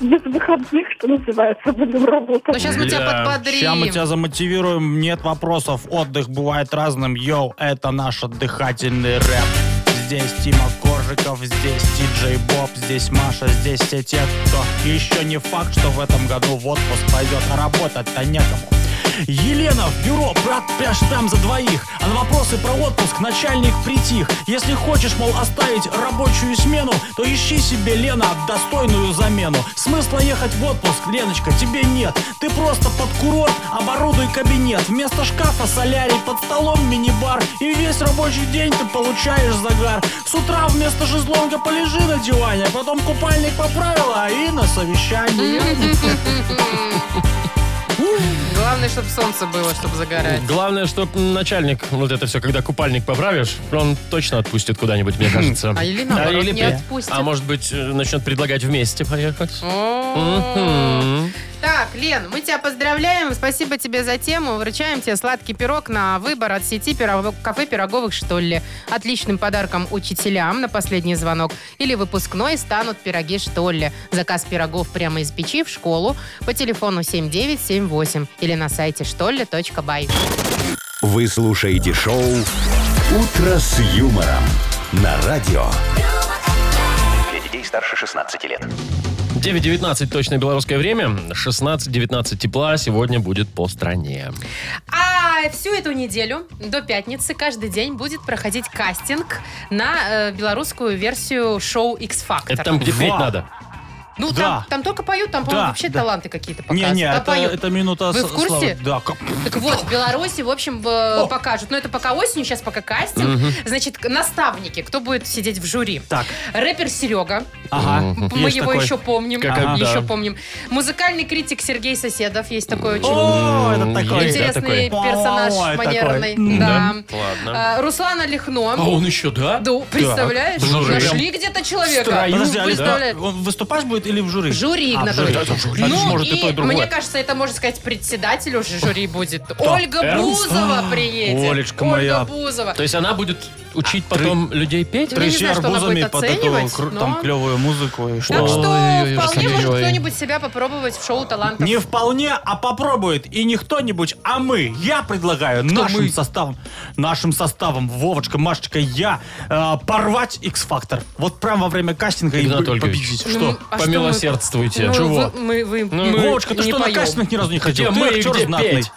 Speaker 7: без выходных, что называется, будем работать.
Speaker 4: Ну, сейчас мы тебя
Speaker 3: Сейчас мы
Speaker 4: подбодрим.
Speaker 3: тебя замотивируем, нет вопросов. Отдых бывает разным. Йоу, это наш отдыхательный рэп. Здесь Тима Коржиков, здесь Диджей Боб, здесь Маша, здесь все те, кто еще не факт, что в этом году в отпуск пойдет, а работать-то некому. Елена в бюро, брат, пряж там за двоих. А на вопросы про отпуск начальник притих. Если хочешь, мол, оставить рабочую смену, то ищи себе, Лена, достойную замену. Смысла ехать в отпуск, Леночка, тебе нет. Ты просто под курорт оборудуй кабинет. Вместо шкафа солярий, под столом мини-бар. И весь рабочий день ты получаешь загар. С утра вместо шезлонга полежи на диване, потом купальник поправила а и на совещание.
Speaker 4: Главное, чтобы солнце было, чтобы загорать.
Speaker 2: Главное, что начальник, вот это все, когда купальник поправишь, он точно отпустит куда-нибудь, мне кажется.
Speaker 4: А или
Speaker 2: Да,
Speaker 4: наоборот,
Speaker 2: или
Speaker 4: не
Speaker 2: при-
Speaker 4: отпустит.
Speaker 2: А может быть, э, начнет предлагать вместе поехать?
Speaker 4: О.
Speaker 2: Мгм.
Speaker 4: Так, Лен, мы тебя поздравляем. Спасибо тебе за тему. Вручаем тебе сладкий пирог на выбор от сети пирог- кафе пироговых, что ли. Отличным подарком учителям на последний звонок или выпускной станут пироги, что ли. Заказ пирогов прямо из печи в школу по телефону 7978 или на сайте что ли точка бай.
Speaker 1: Вы слушаете шоу Утро с юмором на радио.
Speaker 6: Для детей старше 16 лет.
Speaker 2: 9.19 точно белорусское время, 16-19 тепла сегодня будет по стране.
Speaker 4: А всю эту неделю до пятницы каждый день будет проходить кастинг на э, белорусскую версию шоу X-Factor.
Speaker 2: Это там, где
Speaker 3: Во.
Speaker 2: петь надо.
Speaker 4: Ну,
Speaker 3: Да.
Speaker 4: там, там только поют, там, по-моему,
Speaker 3: Да,
Speaker 4: вообще
Speaker 3: да.
Speaker 4: таланты какие-то показывают.
Speaker 3: Не-не,
Speaker 4: Да,
Speaker 3: это,
Speaker 4: поют.
Speaker 3: это минута
Speaker 4: Вы
Speaker 3: с-
Speaker 4: в курсе?
Speaker 3: славы. Да, как-
Speaker 4: Так вот, в Беларуси, в общем, э, покажут. Но это пока осенью, сейчас пока кастинг. Значит, к- наставники, кто будет сидеть в жюри.
Speaker 3: Так.
Speaker 4: Рэпер Серега,
Speaker 3: Ага.
Speaker 4: мы
Speaker 3: есть
Speaker 4: его
Speaker 3: такой.
Speaker 4: еще помним.
Speaker 2: Как-
Speaker 4: Ага.
Speaker 2: да.
Speaker 4: еще помним. Музыкальный критик Сергей Соседов, есть такой очень
Speaker 3: О, это
Speaker 2: М,
Speaker 3: такой.
Speaker 2: есть, да,
Speaker 3: такой.
Speaker 4: интересный персонаж
Speaker 3: Ой, такой.
Speaker 4: манерный.
Speaker 3: М,
Speaker 4: Да.
Speaker 2: Ладно.
Speaker 4: А, Руслана Лихно.
Speaker 2: А он еще, да?
Speaker 4: Да, представляешь?
Speaker 2: В жюри.
Speaker 4: Нашли где-то человека.
Speaker 2: Строю.
Speaker 4: Ну,
Speaker 3: Подожди, Алис,
Speaker 4: представляешь?
Speaker 3: да, он выступаешь будет или А в жюри?
Speaker 4: Жюри,
Speaker 3: А,
Speaker 4: Игнат
Speaker 3: в жюри.
Speaker 4: Ольгович.
Speaker 3: Да, это в жюри.
Speaker 4: Ну,
Speaker 2: Это ж может и то, и другое.
Speaker 4: мне кажется, это, можно сказать, председатель уже жюри будет. Ольга
Speaker 2: Эрнст?
Speaker 4: Бузова приедет.
Speaker 3: А, Олечка
Speaker 4: Ольга
Speaker 3: моя.
Speaker 4: Бузова.
Speaker 2: То есть она будет учить потом людей петь?
Speaker 4: Ну, я не знаю, что она будет
Speaker 3: под эту
Speaker 4: оценивать,
Speaker 3: кру-
Speaker 4: но-
Speaker 3: там клевую музыку и
Speaker 4: Так
Speaker 3: что.
Speaker 4: что
Speaker 2: Ой-ой-ой,
Speaker 4: вполне
Speaker 2: ой-ой-ой.
Speaker 4: может кто-нибудь себя попробовать в шоу талантов.
Speaker 3: Не вполне, а попробует. И не кто-нибудь, а мы. Я предлагаю нашим
Speaker 2: мы?
Speaker 3: составом, нашим составом, Вовочка, Машечка, я, э, порвать X-Factor. Вот прям во время кастинга и
Speaker 2: Игнат
Speaker 3: вы-
Speaker 2: Ольгович,
Speaker 3: победить.
Speaker 4: Ну,
Speaker 3: Что?
Speaker 4: а что мы-
Speaker 2: Помилосердствуйте.
Speaker 4: Ну,
Speaker 2: Чего?
Speaker 4: вы- мы- вы-
Speaker 2: Ну,
Speaker 4: мы
Speaker 3: Вовочка, ты
Speaker 4: не
Speaker 3: что на
Speaker 4: поем.
Speaker 3: кастинг ни разу не ходил?
Speaker 2: Где
Speaker 3: Ты
Speaker 2: мы и
Speaker 3: актер
Speaker 2: где
Speaker 3: знатный.
Speaker 2: петь?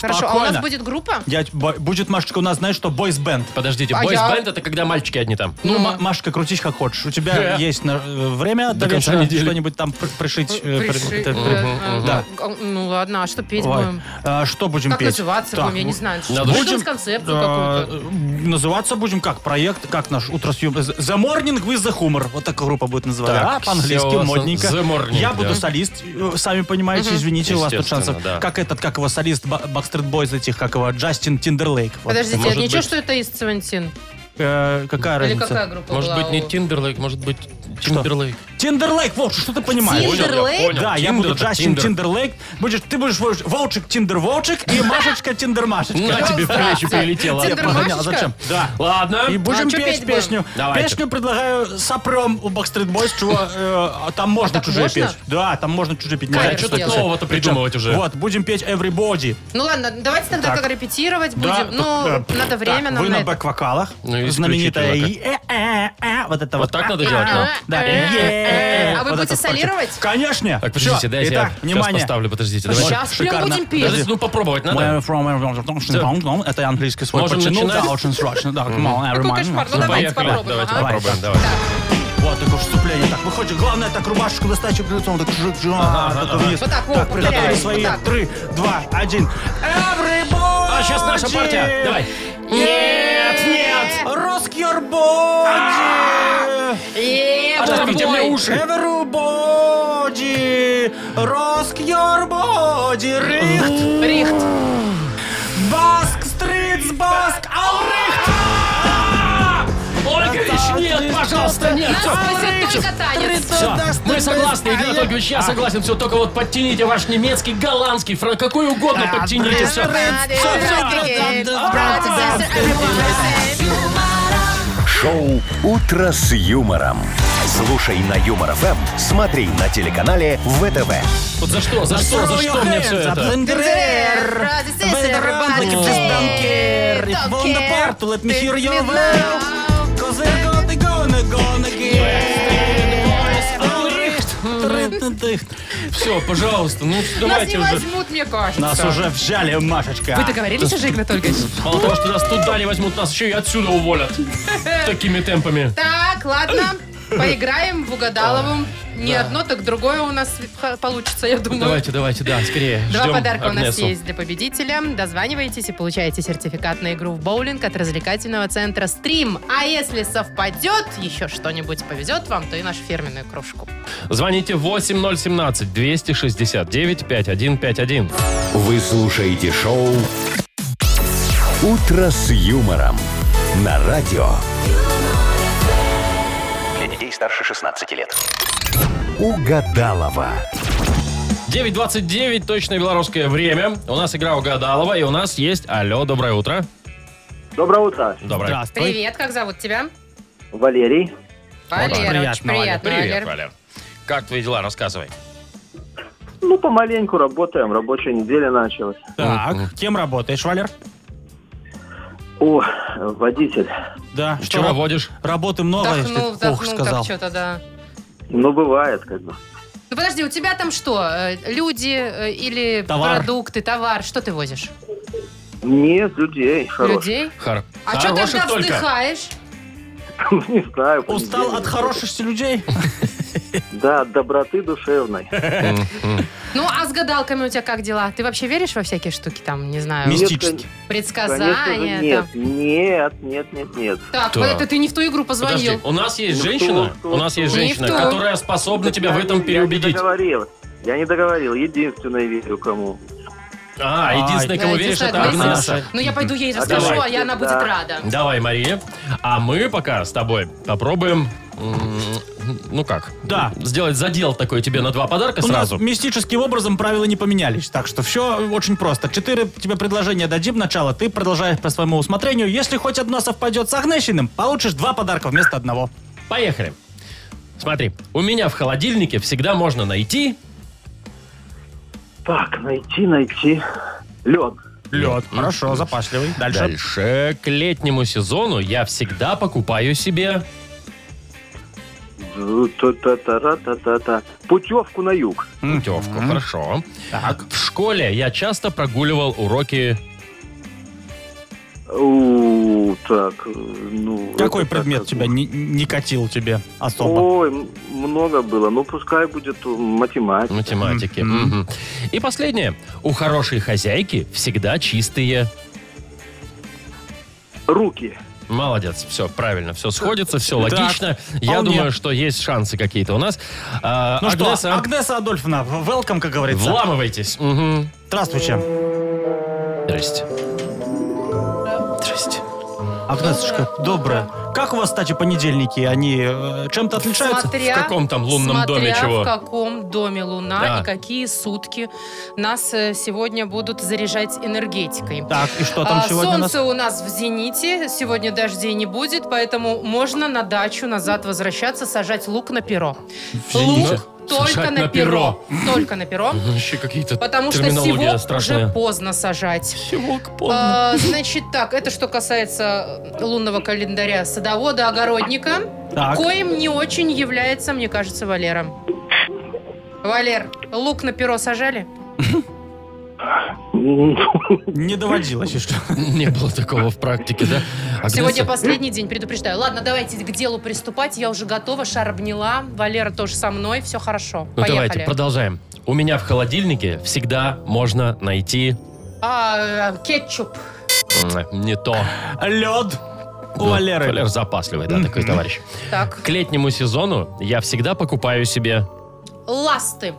Speaker 4: Хорошо, а у нас
Speaker 3: Спокойно.
Speaker 4: будет группа?
Speaker 3: Я, бо- будет, Машечка, у нас, знаешь, что бойс-бенд.
Speaker 2: Подождите,
Speaker 4: А
Speaker 2: бойс
Speaker 4: я-
Speaker 2: бенд это когда мальчики одни там.
Speaker 3: Ну, Ма- Машка, крутись как хочешь. У тебя
Speaker 2: Да.
Speaker 3: есть на- э, время до,
Speaker 2: До конца
Speaker 3: вечера
Speaker 2: недели.
Speaker 3: что-нибудь там пр- пришить. э, при-
Speaker 4: Приши-
Speaker 3: это-
Speaker 4: э,
Speaker 3: Да.
Speaker 4: э, э, Ну ладно, а что петь
Speaker 3: Ой.
Speaker 4: будем?
Speaker 3: А, Что будем
Speaker 4: Как
Speaker 3: петь?
Speaker 4: называться
Speaker 3: Так,
Speaker 4: будем? Я не
Speaker 3: ну,
Speaker 4: знаю.
Speaker 2: Надо
Speaker 4: Что
Speaker 3: будем,
Speaker 4: с концепцию
Speaker 3: э,
Speaker 4: какую-то?
Speaker 3: Называться будем как? Проект, как наш утро с юмором? The Morning with the Humor. Вот такая группа будет называться.
Speaker 2: Так,
Speaker 3: А, по-английски,
Speaker 2: всё,
Speaker 3: модненько.
Speaker 2: The Morning,
Speaker 3: Я
Speaker 2: да.
Speaker 3: буду солист, э, сами понимаете, извините, у вас тут
Speaker 2: Естественно,
Speaker 3: шансов.
Speaker 2: да.
Speaker 3: Как этот, как его солист Ба- Backstreet Boys этих, как его, Джастин Тиндерлейк. Вот.
Speaker 4: Подождите, а
Speaker 2: может
Speaker 4: ничего,
Speaker 2: быть.
Speaker 4: что это из Севентин?
Speaker 3: Э, Какая
Speaker 4: Или
Speaker 3: разница?
Speaker 4: какая группа
Speaker 2: Может
Speaker 4: была
Speaker 2: быть, не
Speaker 4: у-
Speaker 2: Тиндерлейк, может быть, Тимберлейк.
Speaker 3: Тиндерлейк, Вовчик, что ты понимаешь?
Speaker 4: Понял, Тиндерлейк?
Speaker 2: понял.
Speaker 3: Да, я
Speaker 2: Тиндер
Speaker 3: буду
Speaker 2: это
Speaker 3: Джастин
Speaker 2: Тиндер.
Speaker 3: Тиндерлейк. Будешь, ты будешь Вовч- Вовчик Тиндер Вовчик и Машечка Тиндер Машечка.
Speaker 2: На
Speaker 3: Я
Speaker 2: тебе в плечи
Speaker 4: Здравствуйте.
Speaker 2: прилетело.
Speaker 4: Тиндер
Speaker 3: погонял, А
Speaker 4: Машечка?
Speaker 3: зачем? Да.
Speaker 2: Ладно.
Speaker 3: И будем
Speaker 4: А чё петь
Speaker 3: петь
Speaker 4: будем?
Speaker 3: песню.
Speaker 2: Давайте.
Speaker 3: Песню предлагаю сопром у Backstreet Boys, чего э, а там можно
Speaker 4: так
Speaker 3: чужие
Speaker 4: можно?
Speaker 3: петь. Да, там можно чужие петь.
Speaker 4: Кавер
Speaker 3: Нельзя
Speaker 4: что-то
Speaker 3: писать.
Speaker 2: нового-то
Speaker 3: Причем,
Speaker 2: придумывать уже.
Speaker 3: Вот, будем петь Everybody.
Speaker 4: Ну ладно, давайте тогда
Speaker 3: Так.
Speaker 4: как репетировать
Speaker 3: Да,
Speaker 4: будем. Ну,
Speaker 3: тут, э,
Speaker 4: надо время
Speaker 3: так,
Speaker 4: нам
Speaker 3: Вы
Speaker 4: на
Speaker 3: на
Speaker 4: это.
Speaker 3: бэк-вокалах.
Speaker 2: Ну и исключите
Speaker 3: Знаменитая
Speaker 2: его
Speaker 3: и- э, э, э, вот это
Speaker 2: Вот
Speaker 3: вот.
Speaker 2: так
Speaker 3: А,
Speaker 2: надо делать, ну.
Speaker 3: а,
Speaker 2: да?
Speaker 3: а, Да.
Speaker 4: Э,
Speaker 3: и- э, э,
Speaker 4: А вы
Speaker 3: вот
Speaker 4: будете
Speaker 3: это вот.
Speaker 4: солировать?
Speaker 3: Конечно.
Speaker 2: Так, подождите,
Speaker 3: Всё.
Speaker 2: дайте я
Speaker 3: Итак,
Speaker 2: сейчас
Speaker 3: внимание.
Speaker 2: поставлю, подождите.
Speaker 4: Щас
Speaker 2: давайте.
Speaker 4: прям будем петь.
Speaker 2: Подождите, ну попробовать надо.
Speaker 3: Where from, where from, from, from, Это я английский свой
Speaker 2: Можем
Speaker 3: подтянул.
Speaker 2: начинать?
Speaker 3: Да, очень срочно. Да, come on,
Speaker 4: Какой
Speaker 3: everyone.
Speaker 4: кошмар. Ну
Speaker 3: Да.
Speaker 4: давайте
Speaker 2: Поехали.
Speaker 4: попробуем.
Speaker 2: Давайте
Speaker 4: ага.
Speaker 2: попробуем, давайте.
Speaker 3: Вот, такое вступление. Так, выходит, главное, так рубашечку достать, при лицом, так жик, жик, а, так вниз.
Speaker 4: Вот так, вот,
Speaker 3: так,
Speaker 4: повторяем,
Speaker 3: приготовили свои.
Speaker 4: вот так.
Speaker 3: Три, два, один. Everybody!
Speaker 2: А сейчас наша партия. Давай.
Speaker 3: Нет, нет! Rock your body!
Speaker 4: Э, вот
Speaker 2: Оторвите
Speaker 4: бой.
Speaker 2: мне уши.
Speaker 3: Everybody! Rock your body! Рихт!
Speaker 4: Рихт.
Speaker 3: Баск! Стритс! Баск! Алрихт!
Speaker 2: Ольгович, нет, пожалуйста, нет.
Speaker 4: Нас спасет только танец.
Speaker 2: Все, мы согласны, Игнат Ольгович,
Speaker 4: А.
Speaker 2: я согласен, все, только вот подтяните ваш немецкий, голландский, фран, какой угодно
Speaker 4: А,
Speaker 2: подтяните, все.
Speaker 1: Шоу «Утро с юмором». Слушай на Юмор ФМ, смотри на телеканале ВТВ.
Speaker 2: Вот за что, за что, за что мне все это? Все, пожалуйста, ну
Speaker 4: Нас не
Speaker 2: давайте уже.
Speaker 4: возьмут, мне кажется.
Speaker 3: Нас уже взяли, Машечка.
Speaker 4: Вы договорились уже, Игнат Ольгович?
Speaker 2: Мало того, что нас туда не возьмут, нас еще и отсюда уволят. Такими темпами.
Speaker 4: Так, ладно. Поиграем в
Speaker 3: А,
Speaker 4: угадаловом. Не одно, так другое у нас получится, я думаю.
Speaker 2: Давайте, давайте, да, скорее.
Speaker 4: Ну. Два
Speaker 2: Ждем
Speaker 4: подарка у нас
Speaker 2: Агнесу.
Speaker 4: есть для победителя. Дозваниваетесь и получаете сертификат на игру в боулинг от развлекательного центра «Стрим». А если совпадет, еще что-нибудь повезет вам, то и нашу фирменную кружку.
Speaker 2: Звоните 8017 269 5151.
Speaker 1: Вы слушаете шоу «Утро с юмором» на радио
Speaker 6: Для детей старше 16 лет.
Speaker 1: «Угадалова».
Speaker 2: 9.29, точное белорусское время. У нас игра угадалова, и у нас есть... Алло, доброе утро.
Speaker 5: Доброе утро.
Speaker 2: Доброе.
Speaker 3: Здравствуй.
Speaker 4: Привет, как зовут тебя?
Speaker 5: Валерий.
Speaker 4: Валера,
Speaker 3: Валя.
Speaker 4: очень
Speaker 3: Приятно, Валя.
Speaker 4: приятно,
Speaker 2: Привет,
Speaker 4: Валер.
Speaker 2: Валер. Как твои дела? Рассказывай.
Speaker 5: Ну, помаленьку работаем. Рабочая неделя началась.
Speaker 3: Так, кем работаешь, Валер?
Speaker 5: О, водитель.
Speaker 3: Да.
Speaker 2: Что водишь?
Speaker 3: Работы много, если
Speaker 4: Вдохнул,
Speaker 3: ох,
Speaker 4: вдохнул так
Speaker 3: сказал.
Speaker 4: что-то, да.
Speaker 5: Ну, бывает, как бы.
Speaker 4: Ну подожди, у тебя там что? э, Люди э, или
Speaker 3: Товар.
Speaker 4: продукты, товар? Что ты возишь?
Speaker 5: Нет, людей. Хороших.
Speaker 4: Людей?
Speaker 2: Хар.
Speaker 4: А что ты
Speaker 2: Хороших
Speaker 4: тогда
Speaker 2: только.
Speaker 4: вздыхаешь?
Speaker 5: Ну, Не знаю.
Speaker 3: Устал от
Speaker 5: понедельник.
Speaker 3: хорошести людей?
Speaker 5: Да, от доброты душевной.
Speaker 4: Ну, а с гадалками у тебя как дела? Ты вообще веришь во всякие штуки там, не знаю,
Speaker 3: Мистические.
Speaker 5: Нет,
Speaker 3: Мистически.
Speaker 5: Конечно же,
Speaker 4: предсказания?
Speaker 5: нет.
Speaker 4: там?
Speaker 5: Нет, нет, нет, нет.
Speaker 4: Так,
Speaker 2: Да.
Speaker 4: вот это ты не в ту игру
Speaker 2: Подожди,
Speaker 4: позвонил.
Speaker 2: у нас есть
Speaker 5: Ну,
Speaker 2: женщина,
Speaker 5: кто, кто,
Speaker 2: у нас есть
Speaker 4: кто?
Speaker 2: женщина,
Speaker 4: Никто.
Speaker 2: которая способна Ну, тебя в этом
Speaker 5: Я не
Speaker 2: переубедить.
Speaker 5: договорил. Я не договорил. Единственное верю кому.
Speaker 2: А, единственное, кому
Speaker 4: Э,
Speaker 2: веришь,
Speaker 4: единственная
Speaker 2: это
Speaker 4: Агнеса.
Speaker 2: Агнеса.
Speaker 4: Ну, я пойду ей
Speaker 5: А
Speaker 4: расскажу, а
Speaker 5: давайте,
Speaker 4: я она будет
Speaker 5: да.
Speaker 4: рада.
Speaker 2: Давай, Мария. А мы пока с тобой попробуем, м, ну как,
Speaker 3: Да.
Speaker 2: сделать задел такой тебе на два подарка
Speaker 3: У нас
Speaker 2: сразу.
Speaker 3: мистическим образом правила не поменялись. Так что все очень просто. Четыре тебе предложения дадим начало, ты продолжаешь по своему усмотрению. Если хоть одно совпадет с Агнесиным, получишь два подарка вместо одного.
Speaker 2: Поехали. Смотри, у меня в холодильнике всегда можно найти...
Speaker 5: Так, найти, найти. Лед.
Speaker 3: Лед. Хорошо, запасливый. Дальше.
Speaker 2: Дальше. К летнему сезону я всегда покупаю себе...
Speaker 5: та-та-та-та-та-та. Путевку на юг.
Speaker 2: Путевку, хорошо. В школе я часто прогуливал уроки...
Speaker 5: У, Так, ну...
Speaker 3: Какой
Speaker 5: это так,
Speaker 3: предмет
Speaker 5: как
Speaker 3: тебя
Speaker 5: бы.
Speaker 3: не, не катил тебе особо?
Speaker 5: Ой, м- много было. Ну, пускай будет э, математика.
Speaker 2: Математики.
Speaker 3: Мгм.
Speaker 2: Мгм. И последнее. У хорошей хозяйки всегда чистые...
Speaker 5: Руки.
Speaker 2: Молодец, все правильно, все сходится, все логично. Я
Speaker 3: вполне.
Speaker 2: думаю, что есть шансы какие-то у нас. А,
Speaker 3: Ну что,
Speaker 2: Агнеса,
Speaker 3: Агнеса Адольфовна, welcome, как говорится.
Speaker 2: вламывайтесь. Мгм.
Speaker 3: Здравствуйте.
Speaker 2: Здрасте. Здрасте.
Speaker 3: Агнесочка, доброе. Как у вас, кстати, понедельники? Они э, чем-то отличаются?
Speaker 2: В каком там лунном
Speaker 4: смотря
Speaker 2: доме чего?
Speaker 4: в каком доме луна
Speaker 2: Да.
Speaker 4: и какие сутки нас э, сегодня будут заряжать энергетикой.
Speaker 3: Так, и что там
Speaker 4: А,
Speaker 3: сегодня у нас?
Speaker 4: солнце у нас в зените, сегодня дождей не будет, поэтому можно на дачу назад возвращаться, сажать лук на перо.
Speaker 2: зените?
Speaker 4: Лук только
Speaker 2: Сажать
Speaker 4: на
Speaker 2: на
Speaker 4: перо. Только на перо.
Speaker 2: Ну, Еще какие-то
Speaker 4: Потому что
Speaker 2: терминология
Speaker 4: сивок
Speaker 2: страшная.
Speaker 4: уже поздно сажать.
Speaker 2: Сивок поздно.
Speaker 4: А, значит так, это что касается лунного календаря садовода-огородника,
Speaker 2: А
Speaker 3: Так.
Speaker 4: коим не очень является, мне кажется, Валера. Валер, лук на перо сажали?
Speaker 5: М,
Speaker 3: Не доводилось еще.
Speaker 2: Не было такого в практике, да?
Speaker 3: А
Speaker 2: Агнеса,
Speaker 4: Сегодня последний день, предупреждаю. Ладно, давайте к делу приступать. Я уже готова, шар обняла. Валера тоже со мной, все хорошо.
Speaker 2: Ну
Speaker 4: Поехали.
Speaker 2: давайте, продолжаем. У меня в холодильнике всегда можно найти
Speaker 4: А, э, кетчуп.
Speaker 2: м, не то.
Speaker 3: Лед у
Speaker 2: Ну,
Speaker 3: Валеры.
Speaker 2: Валер запасливый, да, такой товарищ.
Speaker 4: Так,
Speaker 2: К летнему сезону я всегда покупаю себе...
Speaker 4: ласты.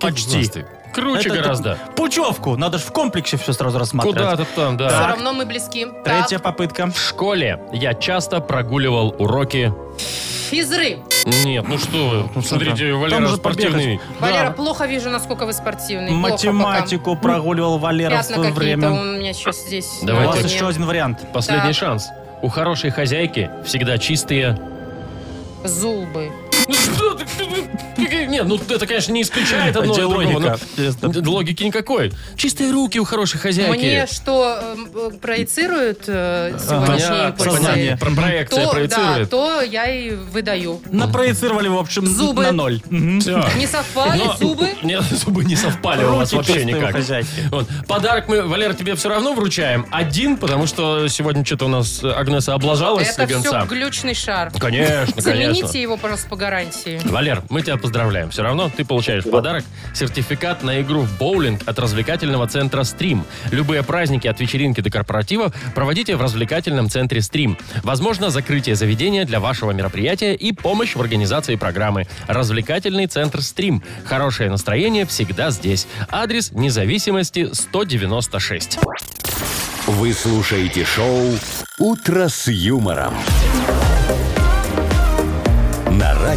Speaker 3: Почти.
Speaker 2: Круче
Speaker 3: Это
Speaker 2: гораздо.
Speaker 3: там Пучевку. Надо же в комплексе все сразу рассматривать.
Speaker 2: Куда-то там,
Speaker 4: Все
Speaker 2: да.
Speaker 4: равно мы близки.
Speaker 3: Третья попытка.
Speaker 2: В школе я часто прогуливал уроки...
Speaker 4: Так, физры.
Speaker 2: Нет, ну что вы, ну, смотрите, Валера
Speaker 3: же
Speaker 2: спортивный.
Speaker 4: Валера,
Speaker 3: Да.
Speaker 4: плохо вижу, насколько вы спортивный. Плохо пока.
Speaker 3: Математику прогуливал Валера в
Speaker 4: Пятна
Speaker 3: свое
Speaker 4: какие-то
Speaker 3: время.
Speaker 4: у меня еще здесь.
Speaker 3: У
Speaker 2: Давайте.
Speaker 3: вас
Speaker 4: Мне-
Speaker 3: еще один вариант.
Speaker 2: Последний
Speaker 4: Так.
Speaker 2: шанс. У хорошей хозяйки всегда чистые...
Speaker 4: Зубы.
Speaker 2: Ну что ты- Нет, ну это, конечно, не исключает одно
Speaker 3: Где
Speaker 2: и другого,
Speaker 3: логика?
Speaker 2: но- Логики никакой. Чистые руки у хорошей хозяйки.
Speaker 4: Мне что э, м, проецируют э, сегодняшние
Speaker 2: Понятно, понятно.
Speaker 4: импульсы,
Speaker 2: Про- Проекция
Speaker 4: то, да,
Speaker 2: проецирует.
Speaker 4: то я и выдаю.
Speaker 3: Напроецировали, в общем,
Speaker 4: Зубы.
Speaker 3: на ноль. Мгм.
Speaker 2: Всё.
Speaker 4: Не совпали
Speaker 3: Ну,
Speaker 2: Но-
Speaker 4: зубы?
Speaker 2: Нет, зубы не совпали у вас
Speaker 3: Руки
Speaker 2: вообще
Speaker 3: чистые у
Speaker 2: никак.
Speaker 3: хозяйки.
Speaker 2: Вот. Подарок мы, Валера, тебе все равно вручаем. Один, потому что сегодня что-то у нас э, Агнеса облажалась
Speaker 4: Это
Speaker 2: с гонца.
Speaker 4: все глючный шар.
Speaker 2: Конечно, Ну, конечно.
Speaker 4: Замените его, просто по гарантии.
Speaker 2: Валер, мы тебя поздравляем. Все равно ты получаешь в подарок сертификат на игру в боулинг от развлекательного центра «Стрим». Любые праздники от вечеринки до корпоратива проводите в развлекательном центре «Стрим». Возможно, закрытие заведения для вашего мероприятия и помощь в организации программы. Развлекательный центр «Стрим». Хорошее настроение всегда здесь. Адрес независимости 196.
Speaker 1: Вы слушаете шоу «Утро с юмором». На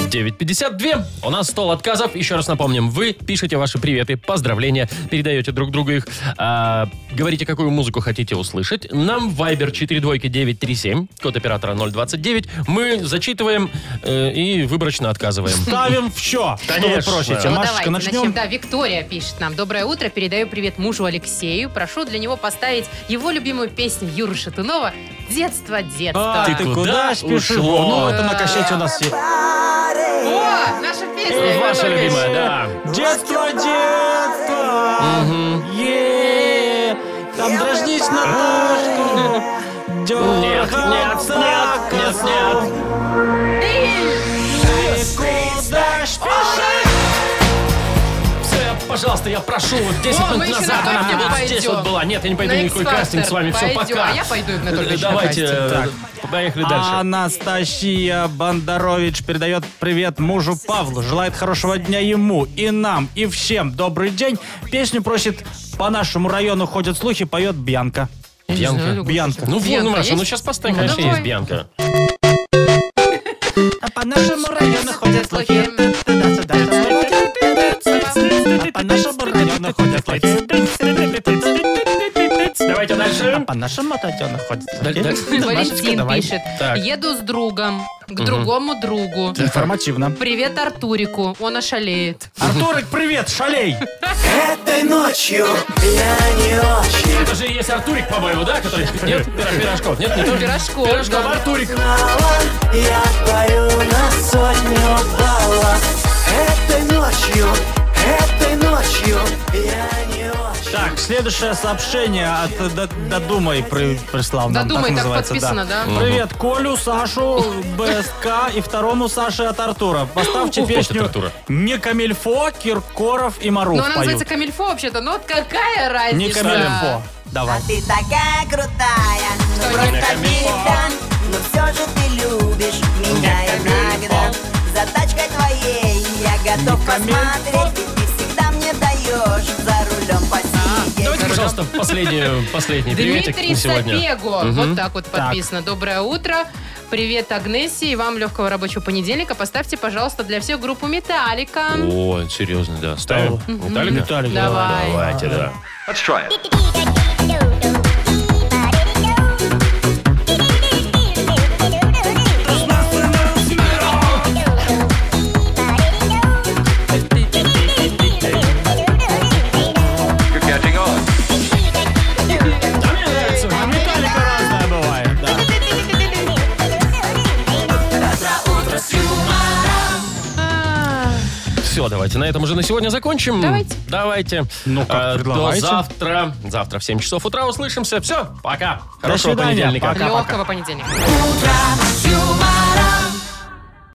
Speaker 2: 9.52. У нас стол отказов. Еще раз напомним, вы пишете ваши приветы, поздравления, передаете друг другу их, а, говорите, какую музыку хотите услышать. Нам в Viber 42937, код оператора 029. Мы зачитываем э, и выборочно отказываем.
Speaker 3: Ставим в чё? Что вы
Speaker 2: Конечно.
Speaker 3: просите?
Speaker 4: Ну,
Speaker 3: Машечка,
Speaker 4: давайте
Speaker 3: начнем?
Speaker 4: Да, Виктория пишет нам. Доброе утро. Передаю привет мужу Алексею. Прошу для него поставить его любимую песню Юры Шатунова «Детство, детство».
Speaker 3: А,
Speaker 2: Ты
Speaker 3: ты
Speaker 2: куда
Speaker 3: куда спешишь?
Speaker 2: ушла?
Speaker 3: Ну, это на кассете у нас есть.
Speaker 4: О, наша песня.
Speaker 2: Э, Ваша
Speaker 4: Игорь Ольгович.
Speaker 2: любимая, да.
Speaker 3: Ну, Детство, детство! Е, Там дражнись Наташку!
Speaker 2: Нет, нет, нет, нет, нет. Все, пожалуйста, я прошу, вот 10
Speaker 4: О, мы
Speaker 2: минут
Speaker 4: еще
Speaker 2: назад
Speaker 4: на
Speaker 2: она
Speaker 4: кастинг
Speaker 2: мне вот здесь
Speaker 4: пойдем.
Speaker 2: вот была. Нет, я не пойду
Speaker 4: На
Speaker 2: на никакой
Speaker 4: X-Factor
Speaker 2: кастинг с вами. Все,
Speaker 4: пойдем,
Speaker 2: пока.
Speaker 4: а я пойду, Игнат
Speaker 2: Э,
Speaker 4: Ольгович, на
Speaker 2: Давайте, э,
Speaker 4: кастинг. А,
Speaker 2: поехали дальше.
Speaker 3: Анастасия Бондарович передает привет мужу Павлу, желает хорошего дня ему и нам, и всем добрый день. Песню просит по нашему району ходят слухи, поет Бьянка.
Speaker 4: Я не
Speaker 2: Бьянка.
Speaker 4: знаю, люблю
Speaker 3: Бьянка.
Speaker 4: слушать.
Speaker 2: Ну, вон,
Speaker 4: Бьянка
Speaker 2: Маша,
Speaker 4: есть?
Speaker 2: ну сейчас поставим,
Speaker 4: Ну,
Speaker 2: конечно, есть
Speaker 4: давай.
Speaker 2: Бьянка.
Speaker 3: А по нашему району ходят слухи. Туда-сюда. А по нашему району ходят слухи.
Speaker 2: Давайте
Speaker 3: А
Speaker 2: дальше.
Speaker 3: по нашему району ходят
Speaker 2: Даль- даль-
Speaker 3: слухи. Машечка,
Speaker 4: Валентин
Speaker 3: давай.
Speaker 4: пишет.
Speaker 2: Так.
Speaker 4: Еду с другом к другому другу.
Speaker 3: Информативно.
Speaker 4: Привет Артурику. Он ошалеет.
Speaker 3: Артурик, привет, шалей!
Speaker 2: Это же и есть Артурик, по-моему, да? Который... Нет, пира- пирожков. Нет, не только
Speaker 4: Пирожков,
Speaker 2: Пирожков,
Speaker 4: да.
Speaker 2: Артурик.
Speaker 10: Я пою на сотню баллов Этой ночью, этой ночью Я не очень
Speaker 3: Так, следующее сообщение от э, Д- Додумай при- прислал нам.
Speaker 4: Додумай, так
Speaker 3: называется,
Speaker 4: подписано, да. Мгм.
Speaker 3: Привет Колю, Сашу, БСК и второму Саше от Артура. Поставьте
Speaker 2: Ух, вот от
Speaker 3: песню
Speaker 2: Артура.
Speaker 3: «Не Камильфо», Киркоров и
Speaker 4: Ну,
Speaker 3: Маруф
Speaker 4: она называется
Speaker 3: поют.
Speaker 4: Камильфо вообще-то. Ну, вот какая разница?
Speaker 3: «Не Камильфо». Давай.
Speaker 10: Ты такая крутая
Speaker 4: Что
Speaker 10: Просто
Speaker 4: не
Speaker 10: мечтан Но все же ты любишь меня иногда За тачкой твоей я готов посмотреть Ведь Ты всегда мне даешь за рулем
Speaker 2: А.
Speaker 10: посидеть
Speaker 2: Давайте, пожалуйста, последний, последний приветик
Speaker 4: Дмитрий
Speaker 2: на сегодня.
Speaker 4: Сапего. Вот так вот подписано. Доброе утро. Привет, Агнессе, и вам легкого рабочего понедельника. Поставьте, пожалуйста, для всех группу «Металлика».
Speaker 2: О, серьезно, да. Ставим. Виталика?
Speaker 3: Виталик,
Speaker 4: Давай.
Speaker 2: Давайте, да.
Speaker 10: Thank you.
Speaker 2: Давайте на этом уже на сегодня закончим.
Speaker 4: Давайте.
Speaker 2: Давайте.
Speaker 3: Ну, как
Speaker 2: Э, До
Speaker 3: предлагаете.
Speaker 2: завтра. Завтра в 7 часов утра услышимся. Все, пока. Хорошего
Speaker 3: свидания.
Speaker 2: понедельника.
Speaker 3: Пока-пока.
Speaker 4: Легкого понедельника.
Speaker 10: Утро с юмором.